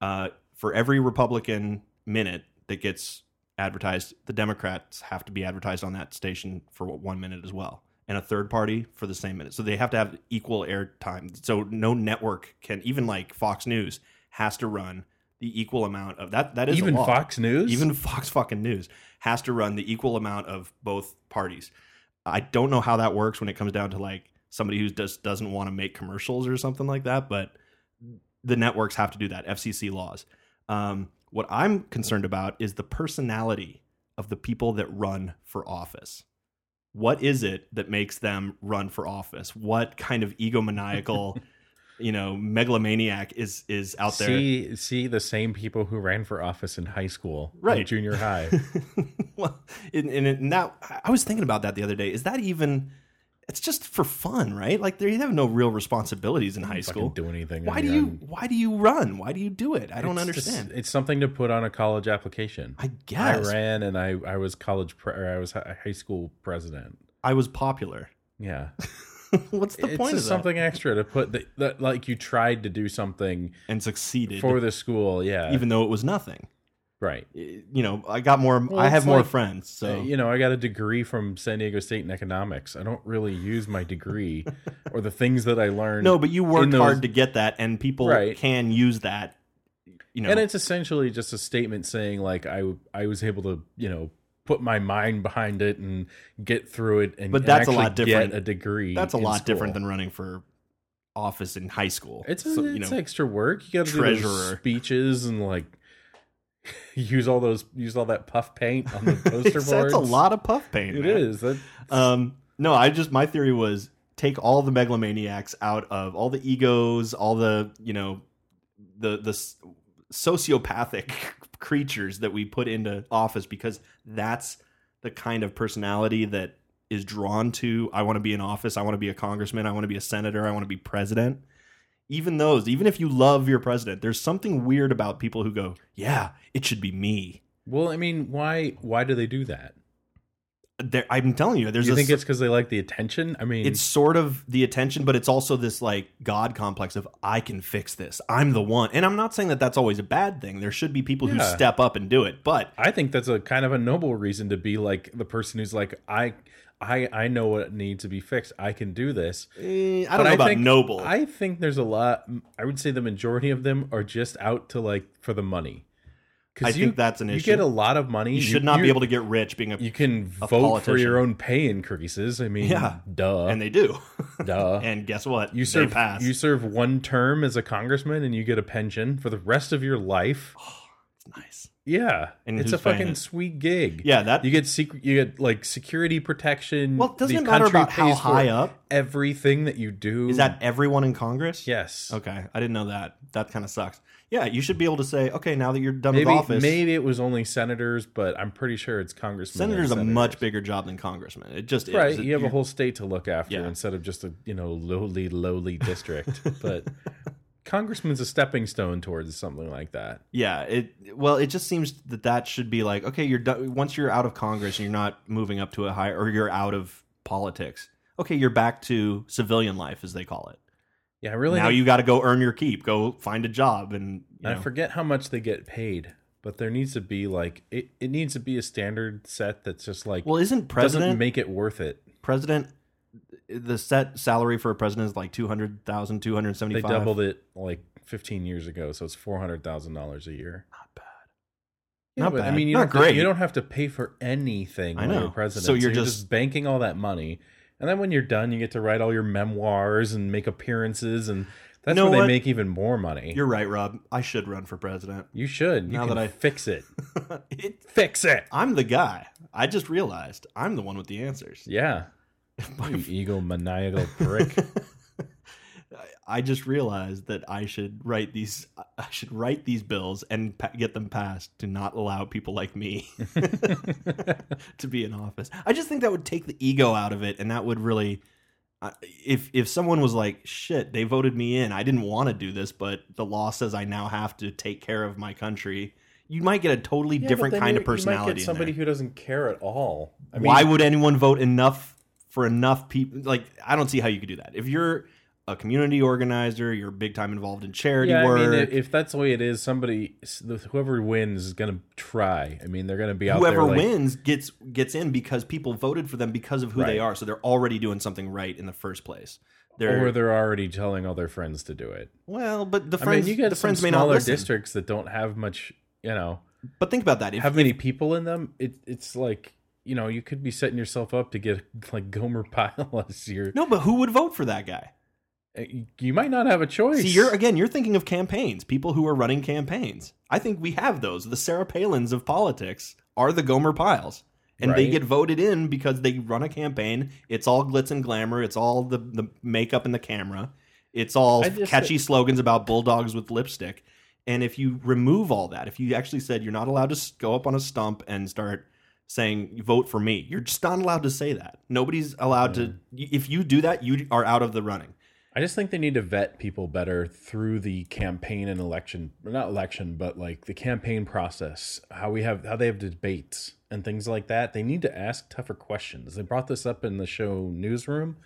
Speaker 2: uh, for every Republican minute that gets advertised, the Democrats have to be advertised on that station for one minute as well, and a third party for the same minute. So they have to have equal air time. So no network can even like Fox News has to run the equal amount of that. That is a
Speaker 3: Even
Speaker 2: law
Speaker 3: Fox News?
Speaker 2: even Fox fucking News has to run the equal amount of both parties. I don't know how that works when it comes down to like somebody who just doesn't want to make commercials or something like that, but the networks have to do that, FCC laws. Um, what I'm concerned about is the personality of the people that run for office. What is it that makes them run for office? What kind of egomaniacal, you know, megalomaniac is is out there?
Speaker 3: see see the same people who ran for office in high school, and
Speaker 2: Right.
Speaker 3: junior high.
Speaker 2: well, and, and, it- and that I- I was thinking about that the other day. Is that even? It's just for fun, right? Like they have no real responsibilities in high
Speaker 3: Fucking
Speaker 2: school.
Speaker 3: do anything.
Speaker 2: Why
Speaker 3: on
Speaker 2: do
Speaker 3: your
Speaker 2: you?
Speaker 3: own.
Speaker 2: Why do you run? Why do you do it? I don't
Speaker 3: It's just-
Speaker 2: understand.
Speaker 3: it's something to put on a college application.
Speaker 2: I guess
Speaker 3: I
Speaker 2: I,
Speaker 3: ran and I I was college pre- or I was hi- high school president.
Speaker 2: was popular.
Speaker 3: Yeah,
Speaker 2: What's the
Speaker 3: it's
Speaker 2: point of
Speaker 3: just
Speaker 2: that?
Speaker 3: something extra to put that, that like you tried to do something
Speaker 2: And succeeded,
Speaker 3: for the school. Yeah,
Speaker 2: even though it was nothing.
Speaker 3: right.
Speaker 2: You know, I got more.
Speaker 3: Well,
Speaker 2: I have
Speaker 3: it's
Speaker 2: more
Speaker 3: like-
Speaker 2: friends. So
Speaker 3: Uh, you know, I got a degree from San Diego State in economics. I don't really use my degree or the things that I learned.
Speaker 2: no, but you worked
Speaker 3: those-
Speaker 2: hard to get that, and people
Speaker 3: Right.
Speaker 2: can use that. You know,
Speaker 3: and it's essentially just a statement saying like I I was able to you know put my mind behind it and get through it and
Speaker 2: But
Speaker 3: and
Speaker 2: that's a lot
Speaker 3: actually
Speaker 2: different-
Speaker 3: Get a degree.
Speaker 2: That's a
Speaker 3: in
Speaker 2: lot
Speaker 3: school.
Speaker 2: different than running for office in high school.
Speaker 3: It's uh,
Speaker 2: So,
Speaker 3: it's extra work. You got to do those
Speaker 2: treasurer.
Speaker 3: speeches and like use all those use all that puff paint on the poster
Speaker 2: it's-
Speaker 3: boards.
Speaker 2: that's a lot of puff paint.
Speaker 3: It
Speaker 2: man.
Speaker 3: is. That,
Speaker 2: Um, no, I just my theory was take all the megalomaniacs out of all the egos, all the you know, the the s- sociopathic creatures that we put into office because that's the kind of personality that is drawn to. I want to be in office. I want to be a congressman. I want to be a senator. I want to be president. Even those, even if you love your president, there's something weird about people who go, "Yeah, it should be me."
Speaker 3: well, I mean, why why do they do that?
Speaker 2: There, I'm telling you, there's
Speaker 3: you
Speaker 2: a
Speaker 3: think it's because they like the attention? I mean,
Speaker 2: it's sort of the attention but it's also this like god complex of i can fix this i'm the one and i'm not saying that that's always a bad thing there should be people who
Speaker 3: Yeah.
Speaker 2: step up and do it but
Speaker 3: I think that's a kind of a noble reason to be like the person who's like I I I know what needs to be fixed. I can do this.
Speaker 2: eh, i don't
Speaker 3: But
Speaker 2: know about
Speaker 3: think,
Speaker 2: noble
Speaker 3: I think there's a lot. I would say the majority of them are just out to like for the money.
Speaker 2: I
Speaker 3: Because
Speaker 2: think that's an
Speaker 3: You
Speaker 2: issue.
Speaker 3: get a lot of money.
Speaker 2: you should not be able to get rich being a
Speaker 3: You can vote for
Speaker 2: politician.
Speaker 3: your own pay increases. I mean,
Speaker 2: Yeah.
Speaker 3: duh,
Speaker 2: and they do
Speaker 3: duh.
Speaker 2: and guess what
Speaker 3: you
Speaker 2: they
Speaker 3: serve
Speaker 2: pass
Speaker 3: you serve one term as a congressman and you get a pension for the rest of your life.
Speaker 2: nice
Speaker 3: Yeah,
Speaker 2: And
Speaker 3: it's
Speaker 2: who's
Speaker 3: a
Speaker 2: paying
Speaker 3: fucking
Speaker 2: it?
Speaker 3: sweet gig.
Speaker 2: yeah that
Speaker 3: You get secret. You get like security protection.
Speaker 2: well doesn't
Speaker 3: The
Speaker 2: it matter
Speaker 3: country
Speaker 2: about how
Speaker 3: pays for
Speaker 2: high up
Speaker 3: Everything that you do
Speaker 2: is that everyone in congress
Speaker 3: yes.
Speaker 2: okay i didn't know that that kind of sucks yeah you should be able to say okay now that you're done
Speaker 3: Maybe
Speaker 2: with office
Speaker 3: maybe it was only senators, but I'm pretty sure it's congressmen. and
Speaker 2: senator's a much bigger job than congressman it just is.
Speaker 3: right.
Speaker 2: It-
Speaker 3: You have a
Speaker 2: you-
Speaker 3: whole state to look after
Speaker 2: Yeah.
Speaker 3: instead of just a you know lowly lowly district. but congressman's a stepping stone towards something like that.
Speaker 2: Yeah, it well, it just seems that that should be like okay, you're done once you're out of Congress and you're not moving up to a higher or you're out of politics. Okay, you're back to civilian life as they call it.
Speaker 3: Yeah, I really.
Speaker 2: now
Speaker 3: think-
Speaker 2: you got to go earn your keep, go find a job, and you
Speaker 3: I
Speaker 2: know.
Speaker 3: forget how much they get paid, but there needs to be like it. It needs to be a standard set that's just like
Speaker 2: well, isn't
Speaker 3: doesn't
Speaker 2: president
Speaker 3: make it worth it.
Speaker 2: president the set salary for a president is like 200,000,
Speaker 3: They
Speaker 2: 275.
Speaker 3: doubled it like 15 years ago, so it's four hundred thousand dollars a year.
Speaker 2: Not bad.
Speaker 3: Yeah,
Speaker 2: Not
Speaker 3: but,
Speaker 2: bad.
Speaker 3: I mean, you
Speaker 2: Not
Speaker 3: don't have to-
Speaker 2: great.
Speaker 3: you don't have to pay for anything.
Speaker 2: I
Speaker 3: when
Speaker 2: know.
Speaker 3: You're president,
Speaker 2: So you're
Speaker 3: just,
Speaker 2: just-
Speaker 3: banking all that money, and then when you're done, you get to write all your memoirs and make appearances, and That's
Speaker 2: know
Speaker 3: where they
Speaker 2: what?
Speaker 3: make even more money.
Speaker 2: You're right, Rob. I should run for president.
Speaker 3: you should. You
Speaker 2: Now
Speaker 3: can
Speaker 2: that I-
Speaker 3: fix it.
Speaker 2: It-
Speaker 3: fix it.
Speaker 2: I'm the guy. I just realized I'm the one with the answers.
Speaker 3: Yeah. You egomaniacal prick.
Speaker 2: I just realized that I should write these. I should write these bills and pa- get them passed to not allow people like me to be in office. I just think that would take the ego out of it, and that would really, I- if if someone was like, "Shit, they voted me in. I didn't want to do this, but the law says I now have to take care of my country." You might get a totally
Speaker 3: Yeah,
Speaker 2: different
Speaker 3: but then
Speaker 2: kind
Speaker 3: you-
Speaker 2: of personality.
Speaker 3: You might
Speaker 2: in
Speaker 3: get somebody
Speaker 2: there.
Speaker 3: who doesn't care at all. I mean,
Speaker 2: Why would anyone vote enough for enough people? Like, I don't see how you could do that. If you're a community organizer, you're big time involved in charity
Speaker 3: yeah,
Speaker 2: work.
Speaker 3: I mean, if- if that's the way it is, somebody, s- the- whoever wins is going to try. I mean, they're going to be out
Speaker 2: Whoever
Speaker 3: there. like,
Speaker 2: wins gets gets in because people voted for them because of who they
Speaker 3: Right.
Speaker 2: are. So they're already doing something right in the first place. They're,
Speaker 3: Or they're already telling all their friends to do it.
Speaker 2: well, but the
Speaker 3: I
Speaker 2: friends
Speaker 3: mean, you get
Speaker 2: the
Speaker 3: some
Speaker 2: friends may not
Speaker 3: smaller
Speaker 2: listen.
Speaker 3: districts that don't have much, you know,
Speaker 2: But think about that. If,
Speaker 3: have many people in them. It, it's like, you know, you could be setting yourself up to get like Gomer Pyle as your. eh,
Speaker 2: no, but who would vote for that guy?
Speaker 3: You might not have a choice.
Speaker 2: See, you're again, you're thinking of campaigns, people who are running campaigns. I think we have those. The Sarah Palins of politics are the Gomer Piles. And they
Speaker 3: Right.
Speaker 2: get voted in because they run a campaign. It's all glitz and glamour. It's all the, the makeup and the camera. It's all
Speaker 3: I just-
Speaker 2: catchy slogans about bulldogs with lipstick. And if you remove all that, if you actually said you're not allowed to s- go up on a stump and start saying vote for me, you're just not allowed to say that. Nobody's allowed to. If you do that, you are out of the running.
Speaker 3: I just think they need to vet people better through the campaign and election, or not election, but like the campaign process, how we have how they have debates and things like that. They need to ask tougher questions. They brought this up in the show Newsroom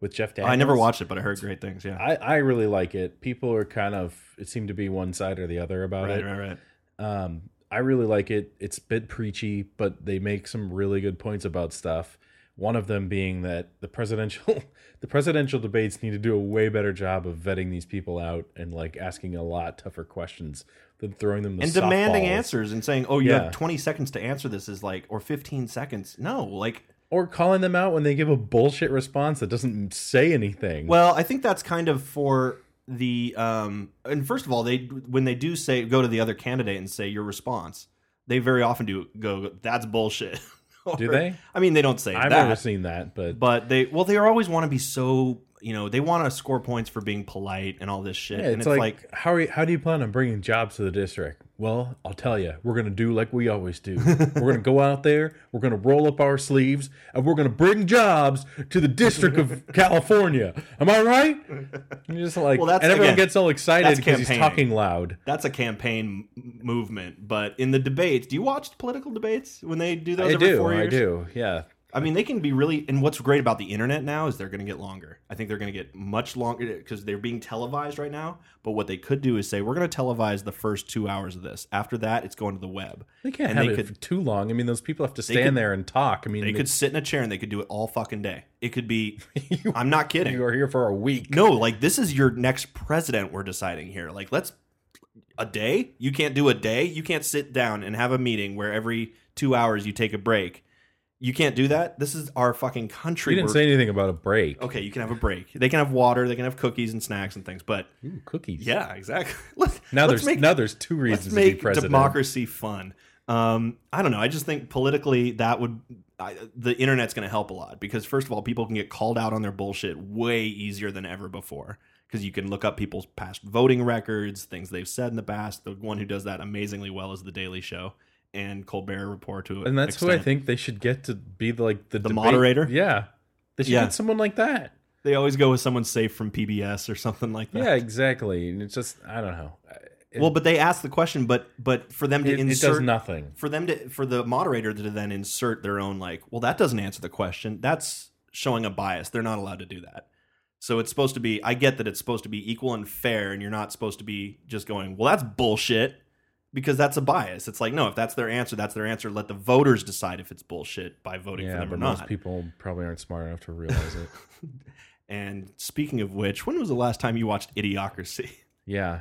Speaker 3: with Jeff Daniels.
Speaker 2: I never watched it, but I heard great things. Yeah.
Speaker 3: I, I really like it. People are kind of it seemed to be one side or the other about
Speaker 2: Right,
Speaker 3: it.
Speaker 2: right, right.
Speaker 3: Um, I really like it. It's a bit preachy, but they make some really good points about stuff. One of them being that the presidential the presidential debates need to do a way better job of vetting these people out and like asking a lot tougher questions than throwing them the
Speaker 2: and demanding
Speaker 3: softballs.
Speaker 2: answers and saying, "Oh, you
Speaker 3: Yeah.
Speaker 2: have 20 seconds to answer this," is like, or 15 seconds. No, like,
Speaker 3: or calling them out when they give a bullshit response that doesn't say anything.
Speaker 2: well, I think that's kind of for the. Um, and first of all, they when they do say go to the other candidate and say your response, they very often do go, "That's bullshit."
Speaker 3: do
Speaker 2: Or-
Speaker 3: they?
Speaker 2: I mean, they don't say
Speaker 3: I've
Speaker 2: that,
Speaker 3: never seen that, but
Speaker 2: but they well, they always want to be so you know they want to score points for being polite and all this shit.
Speaker 3: Yeah,
Speaker 2: and
Speaker 3: it's, like, how are you, how do you plan on bringing jobs to the district? Well, I'll tell you, we're gonna do like we always do. we're gonna go out there, we're gonna roll up our sleeves, and we're gonna bring jobs to the District of California. Am I right? And you're just like,
Speaker 2: Well, that's-
Speaker 3: and everyone
Speaker 2: again,
Speaker 3: gets all excited
Speaker 2: that's
Speaker 3: because he's
Speaker 2: campaigning.
Speaker 3: talking loud.
Speaker 2: that's a campaign m- movement. But in the debates, do you watch the political debates when they do those
Speaker 3: I
Speaker 2: every
Speaker 3: do,
Speaker 2: four years?
Speaker 3: I do, yeah.
Speaker 2: I mean, they can be really. And what's great about the internet now is they're going to get longer. I think they're going to get much longer because they're being televised right now. But what they could do is say, we're going to televise the first two hours of this. After that, it's going to the web.
Speaker 3: They can't
Speaker 2: And
Speaker 3: have
Speaker 2: they
Speaker 3: it
Speaker 2: could-
Speaker 3: for too long. I mean, those people have to stand
Speaker 2: could-
Speaker 3: there and talk. I mean,
Speaker 2: They could sit in a chair and they could do it all fucking day. It could be.
Speaker 3: you,
Speaker 2: I'm not kidding.
Speaker 3: you are here for a week.
Speaker 2: No, like this is your next president we're deciding here. Like let's a day? You can't do a day? You can't sit down and have a meeting where every 2 hours you take a break. You can't do that? This is our fucking country.
Speaker 3: you didn't
Speaker 2: We're-
Speaker 3: say anything about a break.
Speaker 2: okay, you can have a break. They can have water, they can have cookies and snacks and things, but
Speaker 3: Ooh, cookies.
Speaker 2: yeah, exactly. Let's,
Speaker 3: Now
Speaker 2: let's
Speaker 3: there's
Speaker 2: make
Speaker 3: now there's two
Speaker 2: let's
Speaker 3: reasons to be
Speaker 2: make
Speaker 3: president.
Speaker 2: democracy fun. Um, I don't know. I just think politically that would I, the internet's going to help a lot because first of all, people can get called out on their bullshit way easier than ever before because you can look up people's past voting records, things they've said in the past. The one who does that amazingly well is the Daily Show and Colbert Report. To
Speaker 3: and that's who I
Speaker 2: extent.
Speaker 3: think they should get to be the, like the,
Speaker 2: The
Speaker 3: debate-
Speaker 2: moderator?
Speaker 3: Yeah, they should
Speaker 2: Yeah.
Speaker 3: get someone like that.
Speaker 2: they always go with someone safe from PBS or something like that.
Speaker 3: Yeah, exactly. And it's just I don't know. It,
Speaker 2: Well, but they ask the question, but but for them to
Speaker 3: it, it
Speaker 2: insert
Speaker 3: does nothing.
Speaker 2: for them to for the moderator to then insert their own like well that doesn't answer the question that's showing a bias they're not allowed to do that so it's supposed to be i get that it's supposed to be equal and fair and you're not supposed to be just going well that's bullshit because that's a bias it's like no if that's their answer that's their answer let the voters decide if it's bullshit by voting for
Speaker 3: Yeah,
Speaker 2: them or
Speaker 3: but
Speaker 2: not
Speaker 3: most people probably aren't smart enough to realize it.
Speaker 2: and speaking of which when was the last time you watched idiocracy
Speaker 3: yeah,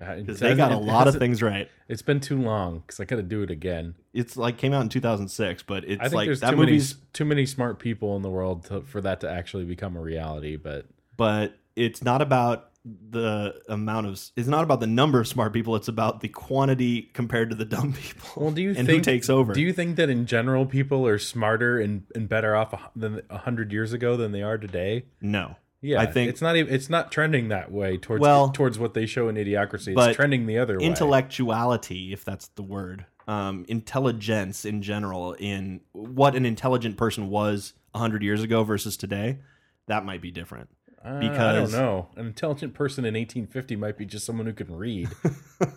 Speaker 3: I-
Speaker 2: because they got a
Speaker 3: it
Speaker 2: lot of
Speaker 3: hasn't-
Speaker 2: things right
Speaker 3: It's been too long because I got to do it again.
Speaker 2: it's like came out in 2006 but
Speaker 3: I
Speaker 2: it's
Speaker 3: think
Speaker 2: like
Speaker 3: there's
Speaker 2: that
Speaker 3: too many
Speaker 2: movie's
Speaker 3: s- too many smart people in the world to, for that to actually become a reality. But
Speaker 2: but it's not about the amount of it's not about the number of smart people it's about the quantity compared to the dumb people
Speaker 3: Well, do you
Speaker 2: and
Speaker 3: think
Speaker 2: who takes over
Speaker 3: Do you think that in general people are smarter and, and better off a hu- than a hundred years ago than they are today?
Speaker 2: no
Speaker 3: Yeah,
Speaker 2: I think-
Speaker 3: it's not even it's not trending that way towards
Speaker 2: Well,
Speaker 3: towards what they show in Idiocracy.
Speaker 2: but
Speaker 3: It's trending the other way.
Speaker 2: intellectuality if that's the word um, intelligence in general in what an intelligent person was 100 years ago versus today that might be different
Speaker 3: Uh, I don't
Speaker 2: because-
Speaker 3: know. An intelligent person in 1850 might be just someone who can read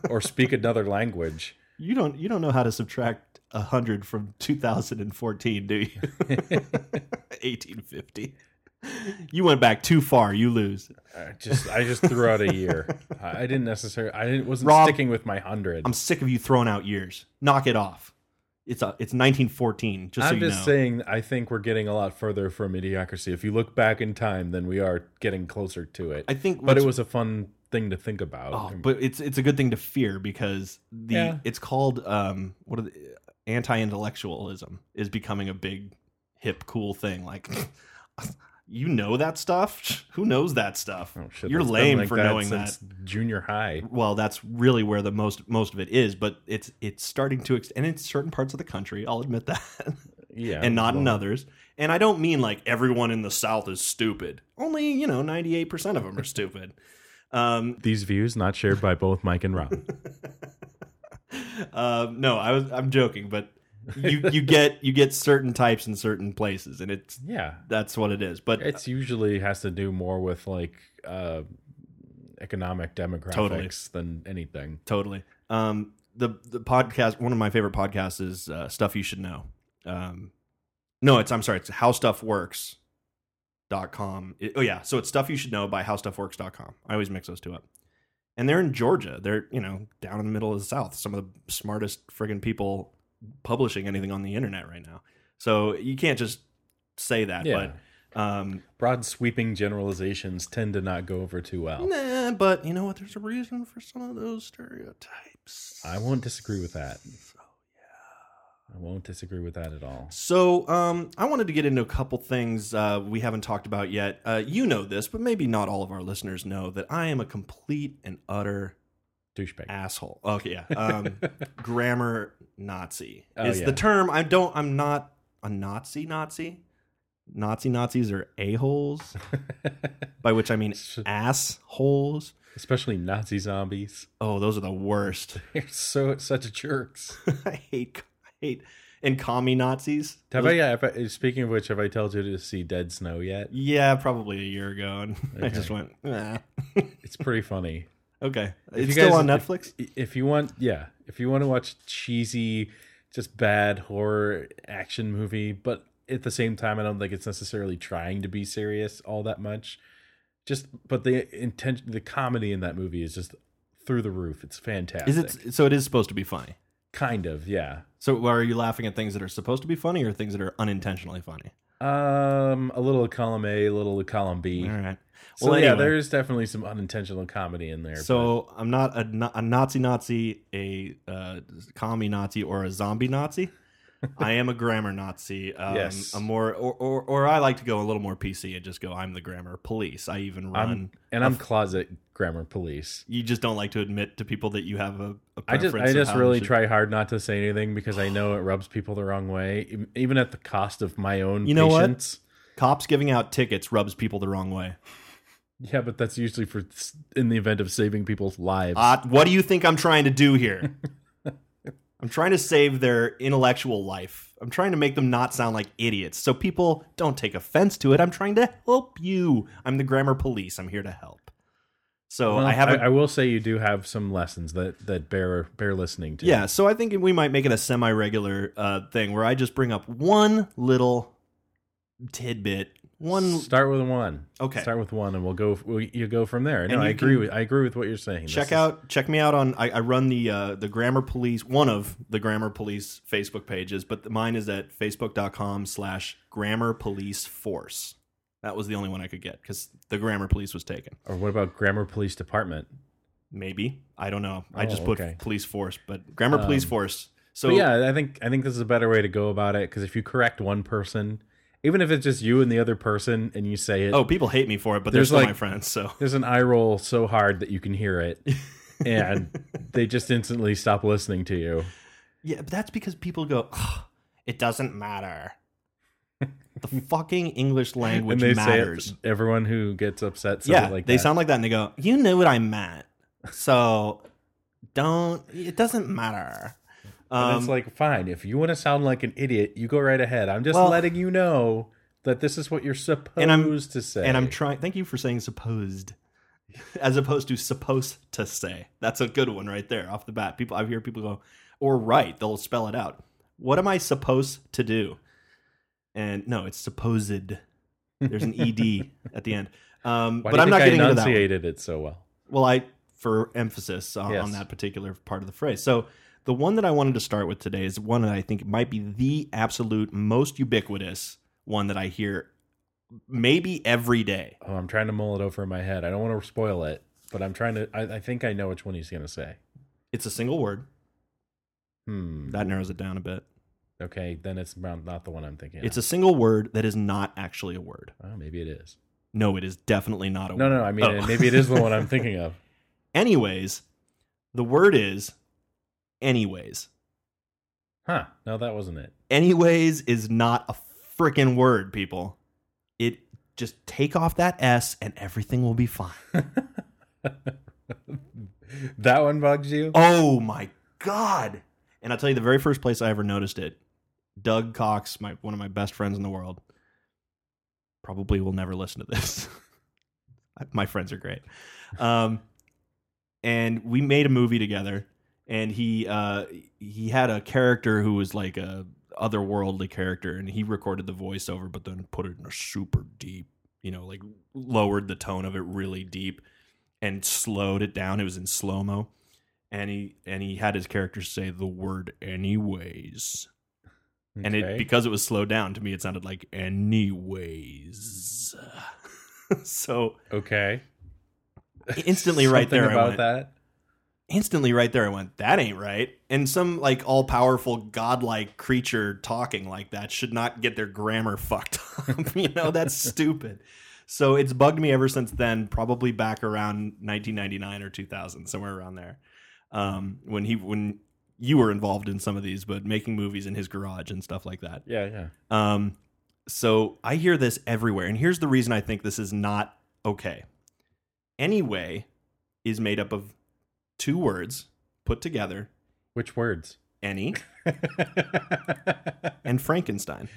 Speaker 3: or speak another language.
Speaker 2: you don't you don't know how to subtract 100 from 2014 do you 1850 you went back too far you lose
Speaker 3: I just I just threw out a year. I I didn't necessarily. I didn't, wasn't
Speaker 2: Rob,
Speaker 3: sticking with my hundred.
Speaker 2: i'm sick of you throwing out years knock it off it's a, it's 1914 just so
Speaker 3: I'm
Speaker 2: you
Speaker 3: just
Speaker 2: know
Speaker 3: saying. I think we're getting a lot further from idiocracy. If you look back in time, then we are getting closer to it.
Speaker 2: i think
Speaker 3: but
Speaker 2: what's
Speaker 3: it was a fun thing to think about.
Speaker 2: Oh, but it's it's a good thing to fear because the
Speaker 3: Yeah.
Speaker 2: it's called um what are the anti-intellectualism is becoming a big hip cool thing like you know that stuff who knows that stuff
Speaker 3: Oh, shit,
Speaker 2: you're
Speaker 3: that's been
Speaker 2: lame
Speaker 3: like
Speaker 2: for
Speaker 3: that
Speaker 2: knowing
Speaker 3: since Junior high.
Speaker 2: well that's really where the most most of it is but it's it's starting to ex- and in certain parts of the country I'll admit that
Speaker 3: Yeah,
Speaker 2: and not in
Speaker 3: well,
Speaker 2: others and I don't mean like everyone in the south is stupid only you know 98% of them are stupid um
Speaker 3: These views not shared by both Mike and Rob.
Speaker 2: um, no, I was I'm joking, but you you get you get certain types in certain places, and it's
Speaker 3: yeah,
Speaker 2: that's what it is. But
Speaker 3: it's usually has to do more with like uh, economic demographics
Speaker 2: Totally.
Speaker 3: than anything.
Speaker 2: totally, um, the the podcast one of my favorite podcasts is uh, Stuff You Should Know. Um, no, it's I'm sorry, it's How Stuff Works. Dot com. It- oh yeah, so it's stuff you should know by howstuffworks.com. I always mix those two up. And they're in Georgia. They're, you know, down in the middle of the South. Some of the smartest friggin' people publishing anything on the internet right now. So you can't just say that,
Speaker 3: Yeah.
Speaker 2: but um
Speaker 3: Broad sweeping generalizations tend to not go over too well.
Speaker 2: Nah, but you know what? There's a reason for some of those stereotypes.
Speaker 3: I won't disagree with that. I won't disagree with that at all.
Speaker 2: So, um, I wanted to get into a couple things uh, we haven't talked about yet. Uh, you know this, but maybe not all of our listeners know that I am a complete and utter
Speaker 3: Douchebag.
Speaker 2: asshole. Okay, yeah. Um, grammar Nazi
Speaker 3: Oh,
Speaker 2: is
Speaker 3: yeah.
Speaker 2: the term. I don't. I'm not a Nazi. Nazi. Nazi Nazis are a holes, by which I mean assholes.
Speaker 3: Especially Nazi zombies.
Speaker 2: Oh, those are the worst.
Speaker 3: They're so such jerks.
Speaker 2: I hate I hate and commie Nazis.
Speaker 3: Have
Speaker 2: Those-
Speaker 3: I, have I, speaking of which, have I told you to see Dead Snow yet?
Speaker 2: yeah, probably a year ago, and I just
Speaker 3: Okay.
Speaker 2: went. "Nah."
Speaker 3: It's pretty funny.
Speaker 2: Okay,
Speaker 3: you
Speaker 2: it's still
Speaker 3: guys-
Speaker 2: on Netflix.
Speaker 3: If you want, yeah, if you want to watch cheesy, just bad horror action movie, but at the same time, I don't think it's necessarily trying to be serious all that much. Just, but the intention, the comedy in that movie is just through the roof. It's fantastic.
Speaker 2: Is it so? It is supposed to be funny.
Speaker 3: kind of? Yeah.
Speaker 2: So, are you laughing at things that are supposed to be funny or things that are unintentionally funny?
Speaker 3: Um, a little column A, a little column B.
Speaker 2: All right.
Speaker 3: So
Speaker 2: Well,
Speaker 3: yeah,
Speaker 2: anyway.
Speaker 3: there's definitely some unintentional comedy in there. but-
Speaker 2: So I'm not a, Na- a Nazi Nazi, a uh, commie Nazi, or a zombie Nazi. I am a grammar Nazi. Um,
Speaker 3: Yes.
Speaker 2: A more, or, or or I like to go a little more PC and just go. I'm the grammar police. I even run.
Speaker 3: I'm and I'm closet grammar police.
Speaker 2: you just don't like to admit to people that you have a, a
Speaker 3: I just
Speaker 2: preference
Speaker 3: I
Speaker 2: of
Speaker 3: just
Speaker 2: how they
Speaker 3: really
Speaker 2: should-
Speaker 3: try hard not to say anything because I know it rubs people the wrong way, e- even at the cost of my own
Speaker 2: You know what?
Speaker 3: patience.
Speaker 2: cops giving out tickets rubs people the wrong way
Speaker 3: Yeah, but that's usually for s- in the event of saving people's lives.
Speaker 2: uh, what do you think i'm trying to do here i'm trying to save their intellectual life i'm trying to make them not sound like idiots so people don't take offense to it i'm trying to help you i'm the grammar police i'm here to help so
Speaker 3: Well,
Speaker 2: i have a
Speaker 3: I will say you do have some lessons that that bear bear listening to.
Speaker 2: yeah so i think we might make it a semi-regular uh, thing where i just bring up one little tidbit one
Speaker 3: Start with one.
Speaker 2: Okay.
Speaker 3: Start with one, and we'll go. we you go from there. No,
Speaker 2: And
Speaker 3: I
Speaker 2: you
Speaker 3: agree.
Speaker 2: can
Speaker 3: With, I agree with what you're saying. This
Speaker 2: check
Speaker 3: is-
Speaker 2: out check me out on I, I run the uh, the grammar police one of the grammar police facebook pages but the- mine is at facebook.com slash grammar police force that was the only one i could get because the grammar police was taken
Speaker 3: Or what about grammar police department?
Speaker 2: maybe i don't know i
Speaker 3: Oh,
Speaker 2: just put
Speaker 3: okay.
Speaker 2: police force but grammar police
Speaker 3: Um,
Speaker 2: force so
Speaker 3: But yeah, I think I think this is a better way to go about it because if you correct one person, even if it's just you and the other person and you say it
Speaker 2: Oh, people hate me for it, but they're
Speaker 3: There's,
Speaker 2: still my
Speaker 3: like-
Speaker 2: friends. So
Speaker 3: there's an eye roll so hard that you can hear it and they just instantly stop listening to you
Speaker 2: yeah, but that's because people go, "Ugh, it doesn't matter. the fucking English language
Speaker 3: and they
Speaker 2: matters.
Speaker 3: say it, everyone who gets upset says
Speaker 2: yeah,
Speaker 3: it like
Speaker 2: they
Speaker 3: that.
Speaker 2: sound like that, and they go, "You knew what I meant." So don't. It doesn't matter.
Speaker 3: And
Speaker 2: Um,
Speaker 3: it's like fine if you want to sound like an idiot you go right ahead i'm just
Speaker 2: Well-
Speaker 3: letting you know that this is what you're supposed
Speaker 2: I'm-
Speaker 3: to say
Speaker 2: and I'm trying. Thank you for saying supposed, as opposed to supposed to say. That's a good one right there off the bat. People, I hear people go, or right, they'll spell it out. What am I supposed to do? And no, it's supposed. There's an ed at the end. Um, but
Speaker 3: Why do you
Speaker 2: I'm
Speaker 3: think
Speaker 2: not
Speaker 3: I
Speaker 2: getting into that. one.
Speaker 3: enunciated it so well
Speaker 2: Well, I for emphasis on,
Speaker 3: Yes.
Speaker 2: on that particular part of the phrase. So the one that I wanted to start with today is one that I think might be the absolute most ubiquitous one that I hear maybe every day.
Speaker 3: oh i'm trying to mull it over in my head i don't want to spoil it but i'm trying to i, I think i know which one he's going to say
Speaker 2: It's a single word.
Speaker 3: hmm
Speaker 2: That narrows it down a bit.
Speaker 3: okay then it's not not the one i'm thinking
Speaker 2: It's a single word that is not actually a word.
Speaker 3: of. oh, maybe it is
Speaker 2: No, it is definitely not a
Speaker 3: no
Speaker 2: word.
Speaker 3: no i mean
Speaker 2: Oh.
Speaker 3: maybe it is the one i'm thinking of
Speaker 2: Anyways, the word is anyways.
Speaker 3: huh no that wasn't it
Speaker 2: anyways is not a freaking word, people. It just take off that S and everything will be fine.
Speaker 3: that one bugs you
Speaker 2: Oh my god. And I'll tell you the very first place I ever noticed it, Doug Cox, my one of my best friends in the world, probably will never listen to this. my friends are great. Um and we made a movie together and he uh he had a character who was like a otherworldly character and he recorded the voiceover but then put it in a super deep, you know, like lowered the tone of it really deep and slowed it down. It was in slow-mo and he and he had his character say the word anyways and it
Speaker 3: Okay.
Speaker 2: because it was slowed down to me it sounded like anyways so
Speaker 3: okay
Speaker 2: instantly right
Speaker 3: Something
Speaker 2: there I
Speaker 3: about
Speaker 2: went,
Speaker 3: that
Speaker 2: instantly right there I went that ain't right and some like all powerful godlike creature talking like that should not get their grammar fucked up you know that's stupid so it's bugged me ever since then probably back around 1999 or 2000 somewhere around there um, when he when you were involved in some of these but making movies in his garage and stuff like that
Speaker 3: yeah yeah
Speaker 2: um, so I hear this everywhere. And here's the reason I think this is not okay. Anyway is made up of two words put together
Speaker 3: which words
Speaker 2: any and Frankenstein.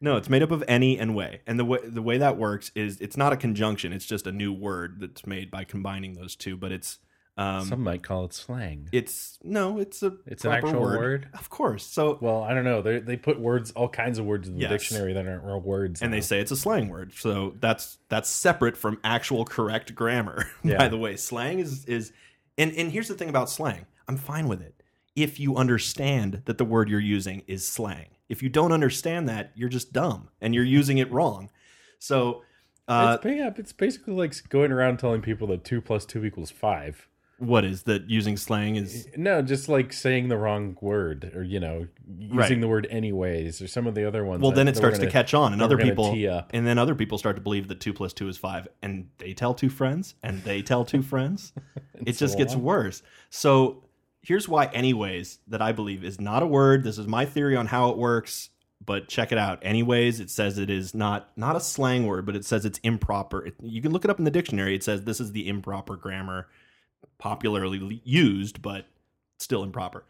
Speaker 2: No, it's made up of any and way. And the way the way that works is it's not a conjunction, it's just a new word that's made by combining those two, but it's um
Speaker 3: some might call it slang
Speaker 2: it's no, it's a
Speaker 3: It's an
Speaker 2: proper
Speaker 3: actual word?
Speaker 2: Of course. So
Speaker 3: Well, I don't know. They they put words, all kinds of words in the
Speaker 2: Yes.
Speaker 3: dictionary that aren't real words,
Speaker 2: and they
Speaker 3: now.
Speaker 2: say it's a slang word. So that's that's separate from actual correct grammar. By
Speaker 3: Yeah.
Speaker 2: the way, slang is is and and here's the thing about slang. I'm fine with it if you understand that the word you're using is slang. If you don't understand that, you're just dumb and you're using it wrong. So uh,
Speaker 3: it's, ba- yeah, it's basically like going around telling people that two plus two equals five.
Speaker 2: what is that? Using slang is
Speaker 3: No, just like saying the wrong word, or you know, using
Speaker 2: Right.
Speaker 3: the word anyways, or some of the other ones.
Speaker 2: well,
Speaker 3: that-
Speaker 2: then it
Speaker 3: that we're
Speaker 2: starts to
Speaker 3: gonna-
Speaker 2: catch on, and
Speaker 3: that
Speaker 2: other
Speaker 3: we're gonna
Speaker 2: people
Speaker 3: tee up.
Speaker 2: and then other people start to believe that two plus two is five, and they tell two friends, and they tell two friends. it just
Speaker 3: so
Speaker 2: gets
Speaker 3: on.
Speaker 2: worse. So here's why, anyways, that I believe is not a word. This is my theory on how it works, but check it out. Anyways, it says it is not not a slang word, but it says it's improper. It, you can look it up in the dictionary. It says this is the improper grammar, popularly l- used, but still improper.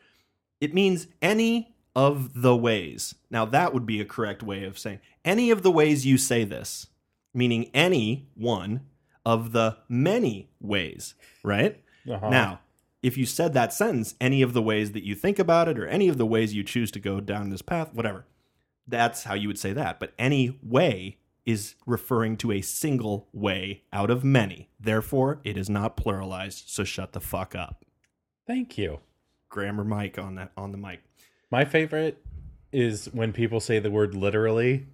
Speaker 2: It means any of the ways. Now that would be a correct way of saying any of the ways you say this, meaning any one of the many ways, right?
Speaker 3: Uh-huh.
Speaker 2: Now, if you said that sentence any of the ways that you think about it or any of the ways you choose to go down this path, whatever, that's how you would say that. But any way is referring to a single way out of many. Therefore, it is not pluralized, so shut the fuck up.
Speaker 3: thank you.
Speaker 2: Grammar mic on that on the mic.
Speaker 3: My favorite is when people say the word literally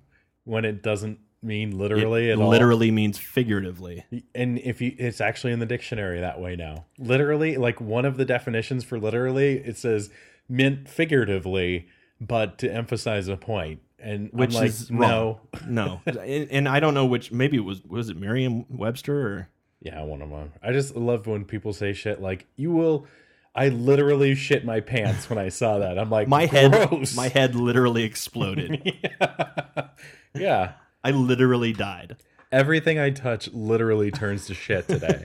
Speaker 3: when it doesn't mean literally
Speaker 2: it
Speaker 3: at all.
Speaker 2: literally means figuratively.
Speaker 3: And if you, it's actually in the dictionary that way now. Literally, like one of the definitions for literally, it says meant figuratively, but to emphasize a point. and I'm
Speaker 2: Which
Speaker 3: like,
Speaker 2: is wrong.
Speaker 3: no.
Speaker 2: No, and, and I don't know which. Maybe it was was it Merriam Webster or
Speaker 3: Yeah, one of them. I just love when people say shit like, "You will." I literally shit my pants when I saw that. I'm like,
Speaker 2: my head?
Speaker 3: Gross.
Speaker 2: My head literally exploded.
Speaker 3: head. yeah.
Speaker 2: I literally died.
Speaker 3: Everything I touch literally turns to shit today.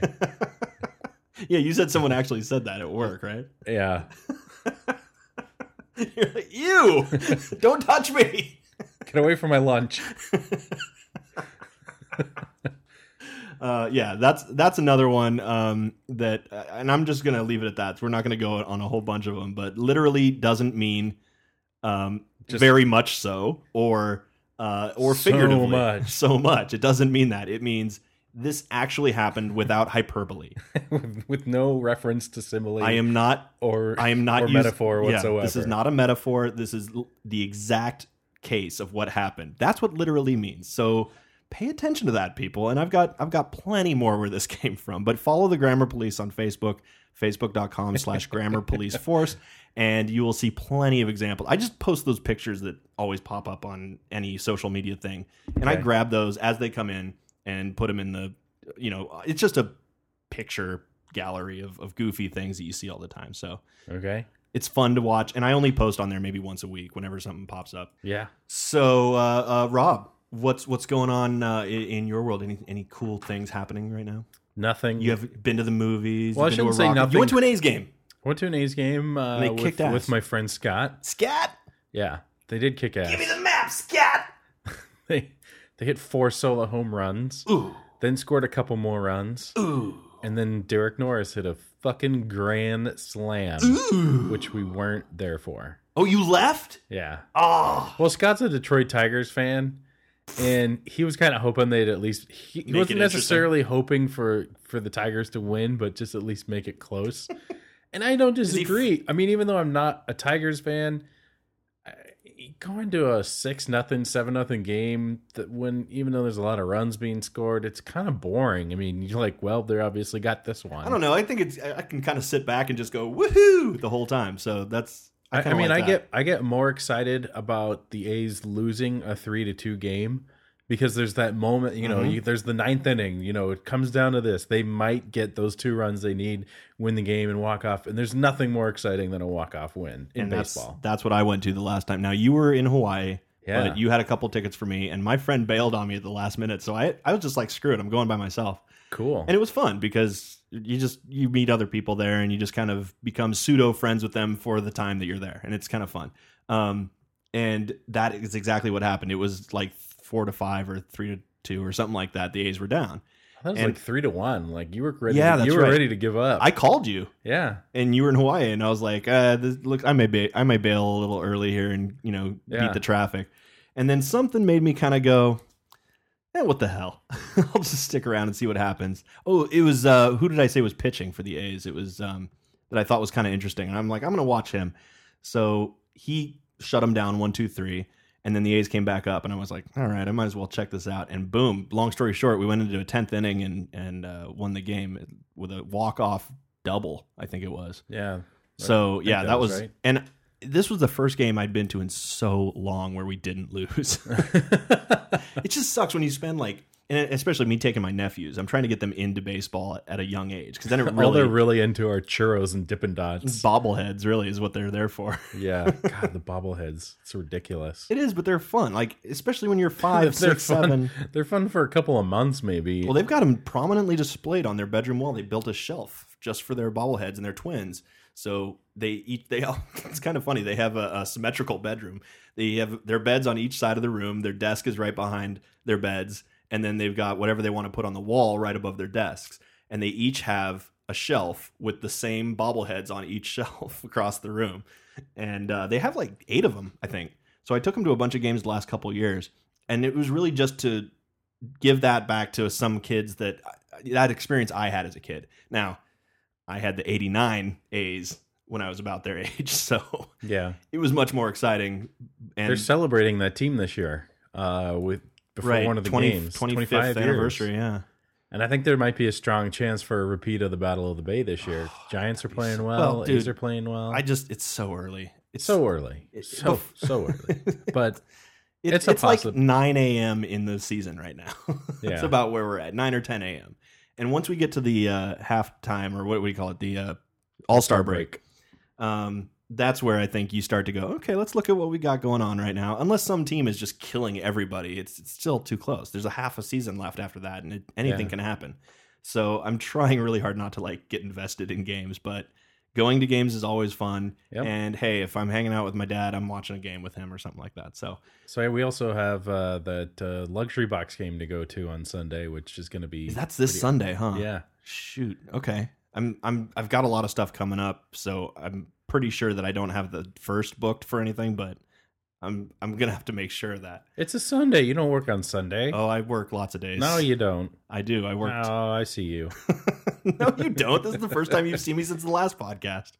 Speaker 2: Yeah, you said someone actually said that at work, right?
Speaker 3: yeah.
Speaker 2: You're like, ew! Don't touch me.
Speaker 3: Get away from my lunch.
Speaker 2: Uh, yeah, that's that's another one um, that, uh, and I'm just gonna leave it at that. We're not gonna go on a whole bunch of them, but literally doesn't mean um,
Speaker 3: Just-
Speaker 2: very much so or uh, or
Speaker 3: So
Speaker 2: figuratively
Speaker 3: much.
Speaker 2: so much. It doesn't mean that. It means this actually happened without hyperbole.
Speaker 3: with, with no reference to simile
Speaker 2: I am not.
Speaker 3: or
Speaker 2: I am not
Speaker 3: or
Speaker 2: using-
Speaker 3: metaphor
Speaker 2: Yeah,
Speaker 3: whatsoever.
Speaker 2: this is not a metaphor. This is l- the exact case of what happened. That's what literally means. So pay attention to that, people. And I've got I've got plenty more where this came from. But follow the Grammar Police on Facebook, facebook.com slash grammar police force, and you will see plenty of examples. I just post those pictures that always pop up on any social media thing. And I
Speaker 3: Okay.
Speaker 2: grab those as they come in and put them in the you know, it's just a picture gallery of, of goofy things that you see all the time. So
Speaker 3: okay.
Speaker 2: it's fun to watch and i only post on there maybe once a week whenever something pops up
Speaker 3: Yeah.
Speaker 2: so uh, uh, rob what's what's going on uh, i- in your world any any cool things happening right now
Speaker 3: Nothing.
Speaker 2: you have been to the movies
Speaker 3: Well, I
Speaker 2: you've been to a
Speaker 3: shouldn't say
Speaker 2: rock- you
Speaker 3: nothing.
Speaker 2: went to an a's game
Speaker 3: I went to an A's game uh,
Speaker 2: And they
Speaker 3: with,
Speaker 2: kicked ass.
Speaker 3: with my friend Scott.
Speaker 2: scat
Speaker 3: Yeah, they did kick ass.
Speaker 2: give me the map scat
Speaker 3: they they hit four solo home runs,
Speaker 2: ooh
Speaker 3: then scored a couple more runs,
Speaker 2: ooh
Speaker 3: and then Derek Norris hit a fucking grand slam,
Speaker 2: ooh
Speaker 3: which we weren't there for.
Speaker 2: oh you left
Speaker 3: Yeah.
Speaker 2: oh
Speaker 3: Well, Scott's a Detroit Tigers fan, and he was kind of hoping they'd at least he, he
Speaker 2: Make it
Speaker 3: wasn't necessarily hoping for for the Tigers to win, but just at least make it close. and I don't
Speaker 2: he f-
Speaker 3: disagree. I mean, even though I'm not a Tigers fan, I- going to a six nothing, seven nothing game that when even though there's a lot of runs being scored, it's kind of boring. I mean, you're like, well, they obviously got this one.
Speaker 2: i don't know i think it's i I can kind of sit back and just go woohoo the whole time so that's
Speaker 3: I, I
Speaker 2: kinda
Speaker 3: mean,
Speaker 2: like
Speaker 3: I
Speaker 2: that.
Speaker 3: get I get more excited about the A's losing a three to two game because there's that moment, you know,
Speaker 2: Mhm.
Speaker 3: you, there's the ninth inning, you know, it comes down to this. They might get those two runs they need, win the game, and walk off. And there's nothing more exciting than a walk off win in
Speaker 2: and
Speaker 3: baseball.
Speaker 2: That's, that's what I went to the last time. Now you were in Hawaii,
Speaker 3: Yeah.
Speaker 2: but you had a couple tickets for me, and my friend bailed on me at the last minute. So I, I was just like, screw it, I'm going by myself.
Speaker 3: Cool.
Speaker 2: And it was fun because you just you meet other people there, and you just kind of become pseudo friends with them for the time that you're there, and it's kind of fun. Um, and that is exactly what happened. It was like four to five or three to two or something like that. The A's were down.
Speaker 3: that was
Speaker 2: and-
Speaker 3: like three to one. Like you were ready.
Speaker 2: Yeah,
Speaker 3: to,
Speaker 2: that's
Speaker 3: you were
Speaker 2: right.
Speaker 3: ready to give up.
Speaker 2: I called you.
Speaker 3: yeah,
Speaker 2: and you were in Hawaii, and I was like, uh, this, "Look, I may ba- I may bail a little early here, and you know,
Speaker 3: Yeah.
Speaker 2: beat the traffic." And then something made me kind of go, "Eh, what the hell? I'll just stick around and see what happens." Oh, it was uh, who did I say was pitching for the A's? It was um, that I thought was kind of interesting, and I'm like, "I'm gonna watch him." So he shut him down one, two, three, and then the A's came back up, and I was like, "All right, I might as well check this out." And boom! Long story short, we went into a tenth inning and and uh, won the game with a walk off double. I think it was.
Speaker 3: yeah.
Speaker 2: So
Speaker 3: I think
Speaker 2: yeah,
Speaker 3: that
Speaker 2: that
Speaker 3: was
Speaker 2: was,
Speaker 3: right.
Speaker 2: and this was the first game I'd been to in so long where we didn't lose. it just sucks when you spend like, and especially me taking my nephews. I'm trying to get them into baseball at a young age because then it
Speaker 3: All they're
Speaker 2: really
Speaker 3: really into are churros and Dippin' Dots.
Speaker 2: bobbleheads really is what they're there for.
Speaker 3: yeah, God, the bobbleheads. It's ridiculous.
Speaker 2: It is, but they're fun. Like especially when you're five,
Speaker 3: they're
Speaker 2: six,
Speaker 3: fun.
Speaker 2: seven.
Speaker 3: They're fun for a couple of months, maybe.
Speaker 2: Well, they've got them prominently displayed on their bedroom wall. They built a shelf just for their bobbleheads and their twins. So they each they all it's kind of funny. They have a, a symmetrical bedroom. They have their beds on each side of the room. Their desk is right behind their beds, and then they've got whatever they want to put on the wall right above their desks. And they each have a shelf with the same bobbleheads on each shelf across the room, and uh, they have like eight of them, I think. So I took them to a bunch of games the last couple years, and it was really just to give that back to some kids that uh, that experience I had as a kid. Now, I had the 89 A's when I was about their age, so
Speaker 3: yeah,
Speaker 2: it was much more exciting. And
Speaker 3: they're celebrating that team this year uh, with before
Speaker 2: right,
Speaker 3: one of the
Speaker 2: 20
Speaker 3: games,
Speaker 2: 25th
Speaker 3: 25 years.
Speaker 2: anniversary, yeah.
Speaker 3: and I think there might be a strong chance for a repeat of the Battle of the Bay this year. Giants are
Speaker 2: be
Speaker 3: playing
Speaker 2: so-
Speaker 3: well,
Speaker 2: well,
Speaker 3: A's
Speaker 2: dude,
Speaker 3: are playing well.
Speaker 2: I just it's so early. It's
Speaker 3: so early,
Speaker 2: It-
Speaker 3: so so early, but
Speaker 2: It-
Speaker 3: It's
Speaker 2: it's
Speaker 3: a
Speaker 2: like
Speaker 3: possi-
Speaker 2: 9 a.m. in the season right now. That's
Speaker 3: Yeah.
Speaker 2: about where we're at, 9 or 10 a.m. And once we get to the uh, halftime, or what do we call it, the uh, All Star break, um, that's where I think you start to go, okay, let's look at what we got going on right now. Unless some team is just killing everybody, it's, it's still too close. There's a half a season left after that, and it, anything
Speaker 3: Yeah.
Speaker 2: can happen. So I'm trying really hard not to like get invested in games, but going to games is always fun.
Speaker 3: Yep.
Speaker 2: And hey, if I'm hanging out with my dad, I'm watching a game with him or something like that. So
Speaker 3: So we also have uh, that uh, luxury box game to go to on Sunday, which is going to be
Speaker 2: that's this
Speaker 3: pretty-
Speaker 2: Sunday, huh?
Speaker 3: Yeah,
Speaker 2: Shoot. Okay. I'm I'm I've got a lot of stuff coming up, so I'm pretty sure that I don't have the first booked for anything, but I'm I'm gonna have to make sure of that.
Speaker 3: it's a Sunday. You don't work on Sunday.
Speaker 2: Oh, I work lots of days.
Speaker 3: no, you don't.
Speaker 2: I do. I work.
Speaker 3: Oh, I see you.
Speaker 2: no, you don't. This is the first time you've seen me since the last podcast.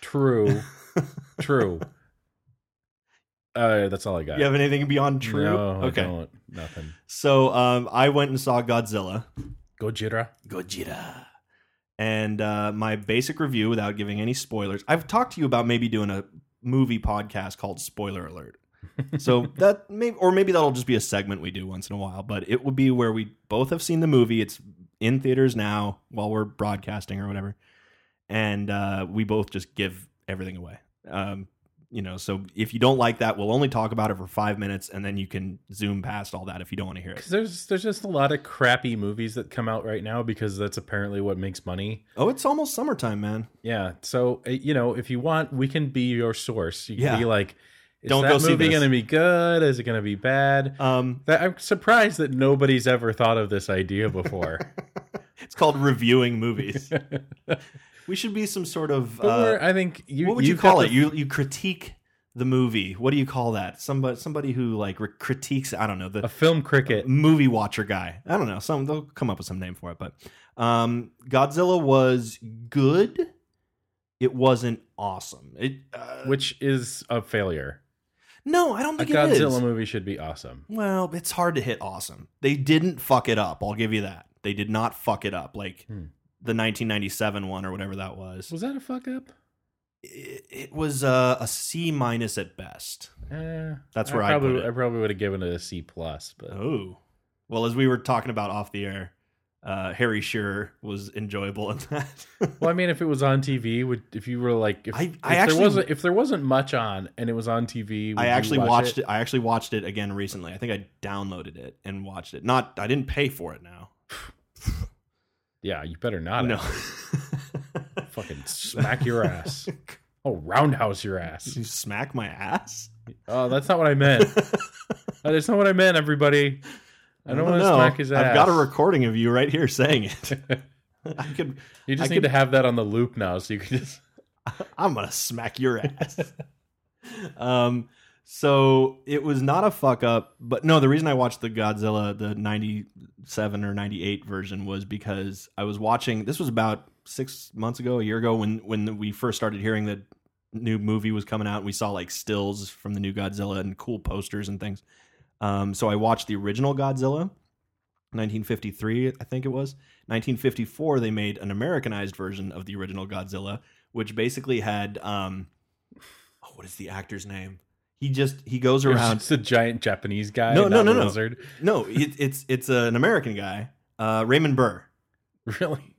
Speaker 3: True, true. Uh, that's all I got.
Speaker 2: You have anything beyond true?
Speaker 3: No,
Speaker 2: okay.
Speaker 3: I don't. Nothing.
Speaker 2: So um, I went and saw Godzilla.
Speaker 3: Go Jira.
Speaker 2: Gojira. And uh, my basic review, without giving any spoilers, I've talked to you about maybe doing a movie podcast called Spoiler Alert. So that maybe, or maybe that'll just be a segment we do once in a while. But it will be where we both have seen the movie. It's in theaters now while we're broadcasting or whatever, and uh, we both just give everything away. Um, you know, so if you don't like that, we'll only talk about it for five minutes, and then you can zoom past all that if you don't want to hear it.
Speaker 3: Because there's there's just a lot of crappy movies that come out right now because that's apparently what makes money.
Speaker 2: Oh, it's almost summertime, man.
Speaker 3: Yeah. So uh, you know, if you want, we can be your source. You can
Speaker 2: Yeah.
Speaker 3: be like, is
Speaker 2: Don't
Speaker 3: that
Speaker 2: go see
Speaker 3: movie
Speaker 2: this.
Speaker 3: going to be good? Is it going to be bad?
Speaker 2: Um,
Speaker 3: That, I'm surprised that nobody's ever thought of this idea before.
Speaker 2: It's called reviewing movies. we should be some sort of
Speaker 3: But we're-
Speaker 2: uh,
Speaker 3: I think you.
Speaker 2: what would you
Speaker 3: you've got
Speaker 2: call
Speaker 3: the-
Speaker 2: it? You you critique the movie. What do you call that? Somebody somebody who like re- critiques. I don't know
Speaker 3: a
Speaker 2: the
Speaker 3: film cricket.
Speaker 2: movie watcher guy. I don't know. Some they'll come up with some name for it. But um, Godzilla was good. It wasn't awesome. It uh,
Speaker 3: which is a failure.
Speaker 2: no, I don't
Speaker 3: A
Speaker 2: think it is.
Speaker 3: Godzilla movie should be awesome.
Speaker 2: Well, it's hard to hit awesome. They didn't fuck it up. I'll give you that. They did not fuck it up like
Speaker 3: Hmm.
Speaker 2: the 1997 one or whatever that was.
Speaker 3: Was that a fuck up?
Speaker 2: It, it was uh, a C minus at best.
Speaker 3: Eh,
Speaker 2: That's
Speaker 3: I
Speaker 2: where I
Speaker 3: probably
Speaker 2: put it.
Speaker 3: I probably would have given it a C plus, but
Speaker 2: Oh, well, as we were talking about off the air, uh, Harry Shearer was enjoyable in that.
Speaker 3: well, I mean, if it was on TV, would if you were like, if,
Speaker 2: I-
Speaker 3: if
Speaker 2: I
Speaker 3: there
Speaker 2: actually-
Speaker 3: wasn't if there wasn't much on and it was on TV, would
Speaker 2: I
Speaker 3: you
Speaker 2: actually
Speaker 3: watch
Speaker 2: watched it? I actually watched it again recently. I think I downloaded it and watched it. Not, I didn't pay for it. Now,
Speaker 3: Yeah, you better not.
Speaker 2: no.
Speaker 3: No, fucking smack your ass. Oh, roundhouse your ass.
Speaker 2: you smack my ass.
Speaker 3: Oh, that's not what I meant. Oh, that's not what I meant, everybody. I don't want to
Speaker 2: know.
Speaker 3: smack his ass.
Speaker 2: I've got a recording of you right here saying it. I could.
Speaker 3: You just
Speaker 2: I
Speaker 3: need
Speaker 2: could-
Speaker 3: to have that on the loop now, so you can just.
Speaker 2: I'm gonna smack your ass. um. So it was not a fuck up, but no. The reason I watched the Godzilla, the '97 or '98 version, was because I was watching. This was about six months ago, a year ago, when when we first started hearing that new movie was coming out. We saw like stills from the new Godzilla and cool posters and things. Um, so I watched the original Godzilla, 1953, I think it was. 1954, they made an Americanized version of the original Godzilla, which basically had um, oh, what is the actor's name? He just he goes around.
Speaker 3: It's a giant Japanese guy.
Speaker 2: No, no,
Speaker 3: not
Speaker 2: no,
Speaker 3: a
Speaker 2: no.
Speaker 3: Lizard.
Speaker 2: No, it, it's it's an American guy, uh, Raymond Burr.
Speaker 3: Really?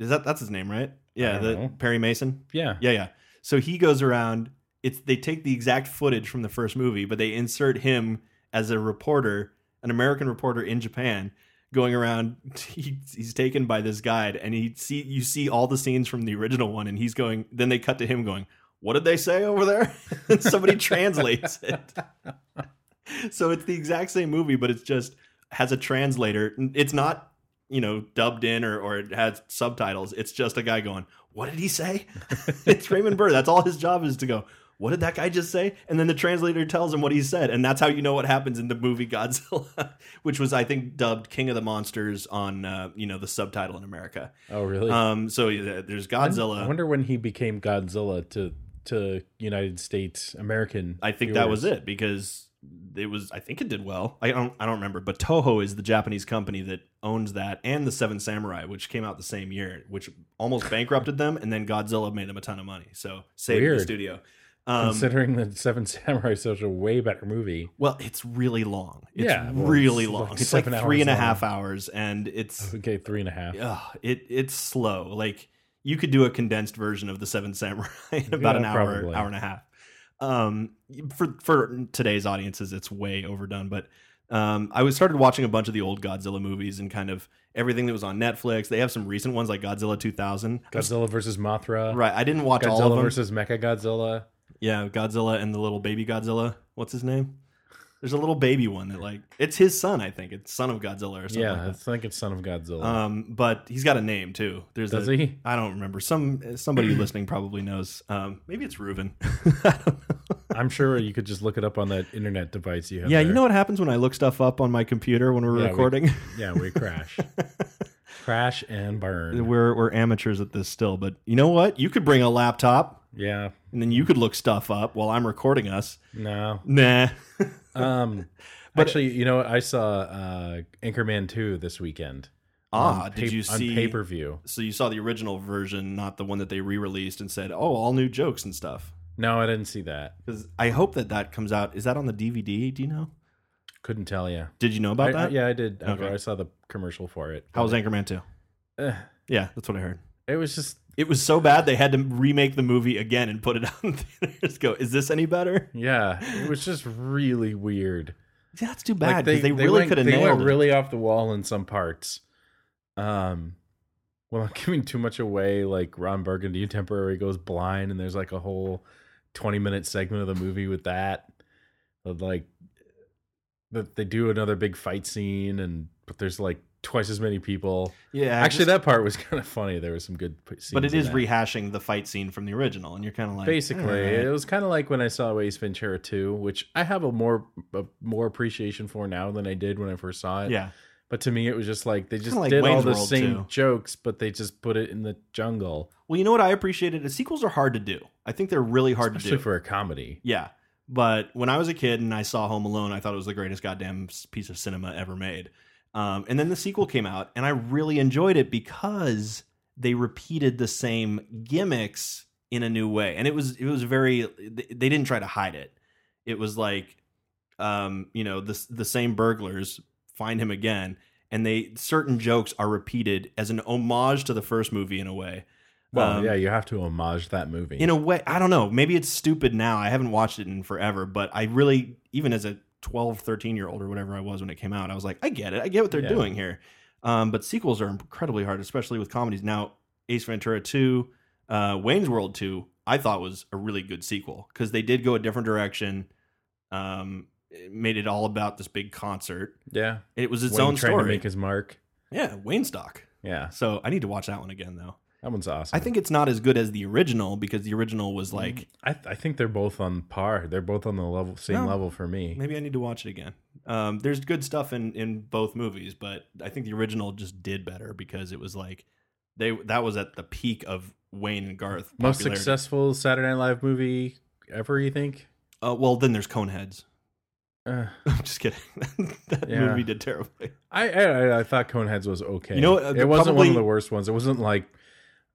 Speaker 2: Is that that's his name, right? Yeah,
Speaker 3: don't
Speaker 2: the
Speaker 3: know.
Speaker 2: Perry Mason.
Speaker 3: Yeah.
Speaker 2: Yeah, yeah. So he goes around. It's they take the exact footage from the first movie, but they insert him as a reporter, an American reporter in Japan, going around. He, he's taken by this guide, and he see you see all the scenes from the original one, and he's going. Then they cut to him going, "What did they say over there?" and somebody translates it. So it's the exact same movie, but it's just has a translator. It's not you know dubbed in or or it has subtitles. It's just a guy going, "What did he say?" it's Raymond Burr. That's all his job is to go, what did that guy just say? And then the translator tells him what he said. And that's how you know what happens in the movie Godzilla, which was, I think, dubbed King of the Monsters on, uh, you know, the subtitle in America.
Speaker 3: Oh, really?
Speaker 2: Um, so yeah, there's
Speaker 3: I
Speaker 2: Godzilla.
Speaker 3: wonder when he became Godzilla to to United States American.
Speaker 2: I think that was it because it was, I think it did well. I don't, I don't remember. But Toho is the Japanese company that owns that and the Seven Samurai, which came out the same year, which almost bankrupted them. And then Godzilla made them a ton of money. So saved the
Speaker 3: Weird.
Speaker 2: studio. Um,
Speaker 3: Considering the Seven Samurai Social, way better movie.
Speaker 2: well, it's really long. It's
Speaker 3: Yeah, well,
Speaker 2: really
Speaker 3: it's
Speaker 2: long.
Speaker 3: like
Speaker 2: it's like
Speaker 3: seven
Speaker 2: three
Speaker 3: hours
Speaker 2: and a
Speaker 3: long. Oh,
Speaker 2: half hours, and it's
Speaker 3: Okay, three and a half.
Speaker 2: ugh, it it's slow. Like you could do a condensed version of the Seven Samurai in about
Speaker 3: Yeah,
Speaker 2: an hour,
Speaker 3: probably.
Speaker 2: hour and a half. Um, for for today's audiences, it's way overdone. But um, I was started watching a bunch of the old Godzilla movies and kind of everything that was on Netflix. They have some recent ones like Godzilla 2000.
Speaker 3: Godzilla versus Mothra.
Speaker 2: Right, I didn't watch all of
Speaker 3: Godzilla
Speaker 2: them.
Speaker 3: versus Mecha Godzilla.
Speaker 2: yeah, Godzilla and the little baby Godzilla. What's his name? There's a little baby one that like it's his son, I think. It's son of Godzilla or something.
Speaker 3: Yeah, I
Speaker 2: like
Speaker 3: think it's Son of Godzilla.
Speaker 2: that. Um, but he's got a name too. There's
Speaker 3: Does
Speaker 2: a,
Speaker 3: he?
Speaker 2: I don't remember. Some somebody listening probably knows. Um, maybe it's Reuven. I don't know.
Speaker 3: I'm sure you could just look it up on that internet device you have.
Speaker 2: Yeah,
Speaker 3: there.
Speaker 2: you know what happens when I look stuff up on my computer when we're
Speaker 3: Yeah, we-
Speaker 2: recording?
Speaker 3: Yeah, we crash, crash and burn.
Speaker 2: we're we're amateurs at this still, but you know what? You could bring a laptop
Speaker 3: yeah,
Speaker 2: and then you could look stuff up while I'm recording us.
Speaker 3: no.
Speaker 2: Nah.
Speaker 3: Um, actually, you know what? I saw uh, Anchorman two this weekend.
Speaker 2: Ah,
Speaker 3: on
Speaker 2: did
Speaker 3: pa-
Speaker 2: you see
Speaker 3: on pay per view?
Speaker 2: So you saw the original version, not the one that they re-released and said, "Oh, all new jokes and stuff."
Speaker 3: No, I didn't see that.
Speaker 2: Because I hope that that comes out. Is that on the DVD? Do you know?
Speaker 3: Couldn't tell you
Speaker 2: Did you know about
Speaker 3: I,
Speaker 2: that?
Speaker 3: yeah, I did. after
Speaker 2: Okay.
Speaker 3: I saw the commercial for it.
Speaker 2: How was Anchorman Two?
Speaker 3: Eh,
Speaker 2: Yeah, that's what I heard.
Speaker 3: It was just
Speaker 2: It was so bad they had to remake the movie again and put it out in theaters. Go, is this any better?
Speaker 3: yeah, it was just really weird.
Speaker 2: Yeah, that's too bad. 'cause they, really
Speaker 3: went-
Speaker 2: could have
Speaker 3: they
Speaker 2: nailed
Speaker 3: went
Speaker 2: it.
Speaker 3: really off the wall in some parts. Um, well, I'm giving too much away. Like Ron Burgundy temporarily goes blind, and there's like a whole 20 minute segment of the movie with that. But, like, that they do another big fight scene, and but there's like twice as many people.
Speaker 2: Yeah, just-
Speaker 3: Actually, that part was kind of funny. There was some good p- scenes,
Speaker 2: But it
Speaker 3: in
Speaker 2: is
Speaker 3: that.
Speaker 2: rehashing the fight scene from the original, and you're kind of like
Speaker 3: Basically,
Speaker 2: "All
Speaker 3: it
Speaker 2: right."
Speaker 3: was kind of like when I saw Ace Ventura 2, which I have a more a more appreciation for now than I did when I first saw it.
Speaker 2: yeah.
Speaker 3: But to me, it was just like they just
Speaker 2: like
Speaker 3: did all
Speaker 2: Wayne's
Speaker 3: the
Speaker 2: World,
Speaker 3: same
Speaker 2: too.
Speaker 3: jokes, but they just put it in the jungle,
Speaker 2: Well, you know what I appreciated is sequels are hard to do. I think they're really hard to
Speaker 3: especially
Speaker 2: do.
Speaker 3: for a comedy.
Speaker 2: Yeah. But when I was a kid and I saw Home Alone, I thought it was the greatest goddamn s- piece of cinema ever made. Um, and then the sequel came out, and I really enjoyed it because they repeated the same gimmicks in a new way, and it was it was very they they didn't try to hide it. It was like, um, you know, the s- the same burglars find him again, and they certain jokes are repeated as an homage to the first movie in a way.
Speaker 3: Well,
Speaker 2: Um,
Speaker 3: yeah, you have to homage that movie.
Speaker 2: in a way i don't know maybe it's stupid now i haven't watched it in forever but i really even as a 12 13 year old or whatever i was when it came out i was like i get it i get what they're
Speaker 3: Yeah.
Speaker 2: doing here um, but sequels are incredibly hard especially with comedies now ace ventura 2 uh, wayne's world 2 i thought was a really good sequel because they did go a different direction um, it made it all about this big concert
Speaker 3: yeah,
Speaker 2: it was its
Speaker 3: Wayne
Speaker 2: own
Speaker 3: trying
Speaker 2: story
Speaker 3: to make his mark.
Speaker 2: yeah wayne stock
Speaker 3: Yeah,
Speaker 2: so i need to watch that one again though
Speaker 3: that one's awesome.
Speaker 2: i think it's not as good as the original because the original
Speaker 3: Mm-hmm.
Speaker 2: was like
Speaker 3: I, I think they're both on par. They're both on the level, same
Speaker 2: No.
Speaker 3: level for me.
Speaker 2: Maybe I need to watch it again. Um, there's good stuff in in both movies, but I think the original just did better because it was like they that was at the peak of Wayne and Garth.
Speaker 3: Most
Speaker 2: popularity.
Speaker 3: successful Saturday Night Live movie ever, you think?
Speaker 2: Uh, well, then there's Coneheads.
Speaker 3: Uh,
Speaker 2: I'm just kidding. that
Speaker 3: Yeah.
Speaker 2: movie did terribly.
Speaker 3: I, I I thought Coneheads was okay.
Speaker 2: You know what, uh,
Speaker 3: it wasn't one
Speaker 2: probably-
Speaker 3: of the worst ones. It wasn't like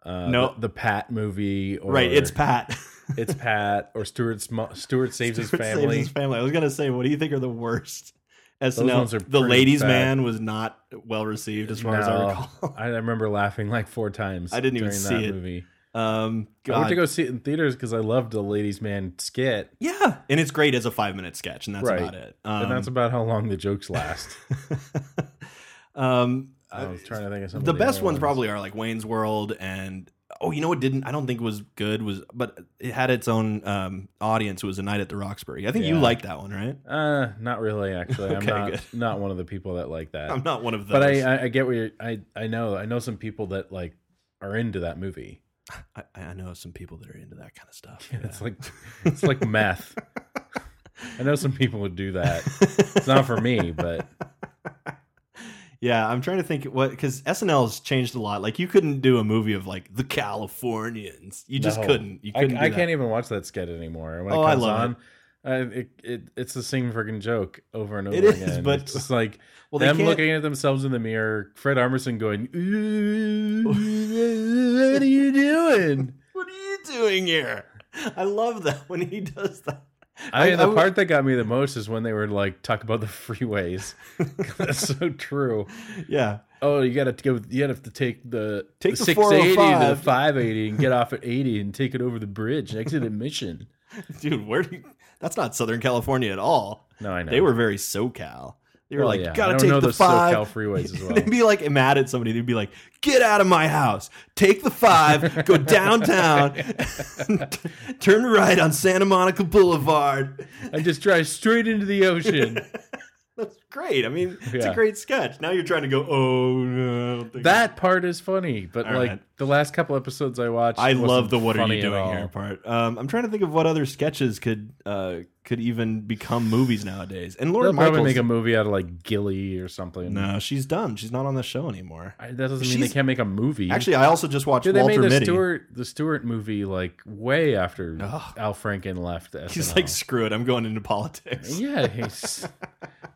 Speaker 3: uh,
Speaker 2: No.
Speaker 3: the, the Pat movie. Or,
Speaker 2: right, it's Pat.
Speaker 3: it's Pat or Stuart. Sm- Stuart saves his
Speaker 2: Stuart
Speaker 3: family.
Speaker 2: his family. I was gonna say, what do you think are the worst?
Speaker 3: ones are
Speaker 2: SNL. The
Speaker 3: pretty
Speaker 2: Ladies'
Speaker 3: bad.
Speaker 2: Man was not well received as far as I
Speaker 3: No.
Speaker 2: recall.
Speaker 3: I remember laughing like four times.
Speaker 2: I didn't even
Speaker 3: during
Speaker 2: see
Speaker 3: that
Speaker 2: it.
Speaker 3: movie.
Speaker 2: Um,
Speaker 3: I went
Speaker 2: God.
Speaker 3: to go see it in theaters because I loved the Ladies Man skit,
Speaker 2: yeah, and it's great as a five minute sketch, and that's
Speaker 3: Right.
Speaker 2: about it. Um,
Speaker 3: and that's about how long the jokes last.
Speaker 2: um,
Speaker 3: I was trying to think of some. of
Speaker 2: the best
Speaker 3: other
Speaker 2: ones, probably are like Wayne's World and oh, you know what didn't I don't think was good was but it had its own um, audience was a night at the Roxbury. I think you
Speaker 3: Yeah.
Speaker 2: liked that one, right?
Speaker 3: Uh, not really. Actually, I'm
Speaker 2: Okay,
Speaker 3: not
Speaker 2: good.
Speaker 3: not one of the people that like that.
Speaker 2: I'm not one of those.
Speaker 3: but I, uh, I I get what you're, I I know. I know some people that like are into that movie.
Speaker 2: I, I know some people that are into that kind of stuff.
Speaker 3: It's like it's like meth. I know some people would do that. It's not for me, but
Speaker 2: Yeah, I'm trying to think what because SNL's changed a lot. Like you couldn't do a movie of like the Californians. You just
Speaker 3: No.
Speaker 2: couldn't. You
Speaker 3: I,
Speaker 2: couldn't. do
Speaker 3: I
Speaker 2: that.
Speaker 3: can't e even watch that skit anymore. When
Speaker 2: Oh,
Speaker 3: it
Speaker 2: I
Speaker 3: comes
Speaker 2: love
Speaker 3: on, I, it, it it's the same freaking joke over and over
Speaker 2: It is,
Speaker 3: again.
Speaker 2: but-
Speaker 3: it's just like
Speaker 2: Well, they
Speaker 3: them
Speaker 2: can't.
Speaker 3: looking at themselves in the mirror. Fred Armisen going, "Ooh, "What are you doing?"
Speaker 2: what are you doing here? I love that when he does that.
Speaker 3: I mean,
Speaker 2: I
Speaker 3: the
Speaker 2: would-
Speaker 3: part that got me the most is when they were like talk about the freeways. That's so true.
Speaker 2: Yeah.
Speaker 3: Oh, you gotta go. You gotta have to take the
Speaker 2: Take the
Speaker 3: 680 to the
Speaker 2: 405.
Speaker 3: 580 and get off at 80 and take it over the bridge and exit at Mission.
Speaker 2: Dude, where do you, that's not Southern California at all.
Speaker 3: No, I know
Speaker 2: They were very SoCal. They were
Speaker 3: Well,
Speaker 2: like,
Speaker 3: yeah. I
Speaker 2: gotta
Speaker 3: don't
Speaker 2: take
Speaker 3: know
Speaker 2: the
Speaker 3: those
Speaker 2: five.
Speaker 3: SoCal freeways as well.
Speaker 2: They'd be like mad at somebody. They'd be like, "Get out of my house! Take the five, go downtown, turn right on Santa Monica Boulevard."
Speaker 3: and just drive straight into the ocean.
Speaker 2: That's great. I mean, it's a
Speaker 3: Yeah.
Speaker 2: great sketch. Now you're trying to go, "Oh no, I don't think
Speaker 3: that part is funny, but
Speaker 2: All
Speaker 3: like
Speaker 2: right.
Speaker 3: the last couple episodes I watched,
Speaker 2: I
Speaker 3: wasn't
Speaker 2: love the "What are
Speaker 3: funny
Speaker 2: you
Speaker 3: at
Speaker 2: doing
Speaker 3: all.
Speaker 2: here?" part. Um, I'm trying to think of what other sketches could uh, could even become movies nowadays. And Laura
Speaker 3: They'll probably
Speaker 2: Michaels,
Speaker 3: make a movie out of like Gilly or something.
Speaker 2: no, she's done. She's not on the show anymore.
Speaker 3: I, that doesn't mean
Speaker 2: She's-
Speaker 3: they can't make a movie.
Speaker 2: Actually, I also just watched
Speaker 3: Dude, they
Speaker 2: Walter
Speaker 3: made the
Speaker 2: Mitty.
Speaker 3: Stewart the Stewart movie like way after
Speaker 2: Ugh.
Speaker 3: Al Franken left. SNL.
Speaker 2: He's like, "Screw it, I'm going into politics."
Speaker 3: yeah, he's.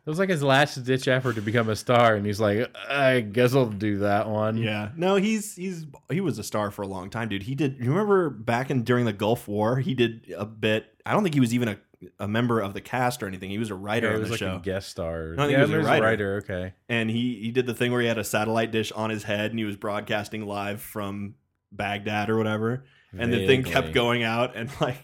Speaker 3: It was like his last ditch effort to become a star, and he's like, I guess I'll do that one.
Speaker 2: Yeah. No, he's he's he was a star for a long time, dude. He did you remember back in during the Gulf War, he did a bit I don't think he was even a, a member of the cast or anything. He was a writer
Speaker 3: Yeah, it
Speaker 2: on
Speaker 3: was
Speaker 2: the
Speaker 3: like
Speaker 2: show.
Speaker 3: a guest star.
Speaker 2: No, I think he
Speaker 3: yeah,
Speaker 2: was a
Speaker 3: there's
Speaker 2: writer.
Speaker 3: Okay,
Speaker 2: and he he did the thing where he had a satellite dish on his head and he was broadcasting live from Baghdad or whatever. And the thing kept
Speaker 3: Vaguely.
Speaker 2: going out and like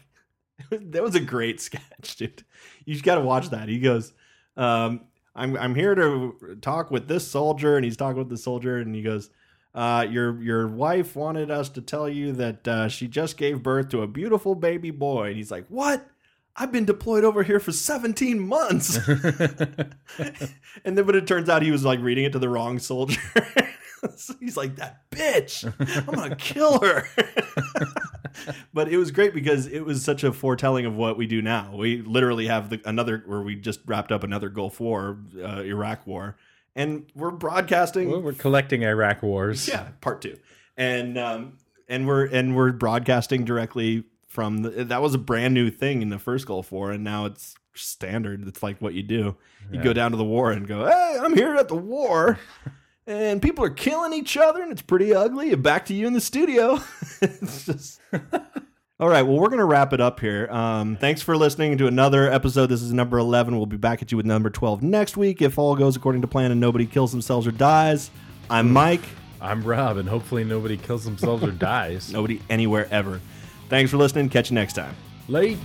Speaker 2: that was a great sketch, dude. You just gotta watch that. He goes, um, I'm I'm here to talk with this soldier, and he's talking with the soldier, and he goes, uh, your your wife wanted us to tell you that uh, she just gave birth to a beautiful baby boy. And he's like, What? I've been deployed over here for 17 months. and then but it turns out he was like reading it to the wrong soldier. So he's like, That bitch, I'm gonna kill her. but it was great because it was such a foretelling of what we do now. We literally have the, another where we just wrapped up another Gulf War, uh, Iraq War, and we're broadcasting.
Speaker 3: Well, we're collecting Iraq wars.
Speaker 2: yeah, part two, and um, and we're and we're broadcasting directly from the, that was a brand new thing in the first Gulf War, and now it's standard. It's like what you do. You
Speaker 3: Yeah.
Speaker 2: go down to the war and go, "Hey, I'm here at the war." And people are killing each other, and it's pretty ugly. And back to you in the studio. it's just. All right, well, we're going to wrap it up here. Um, thanks for listening to another episode. This is number 11. We'll be back at you with number 12 next week if all goes according to plan and nobody kills themselves or dies. I'm Mike,
Speaker 3: I'm Rob, and hopefully nobody kills themselves or dies.
Speaker 2: nobody anywhere ever. Thanks for listening. Catch you next time.
Speaker 3: Late.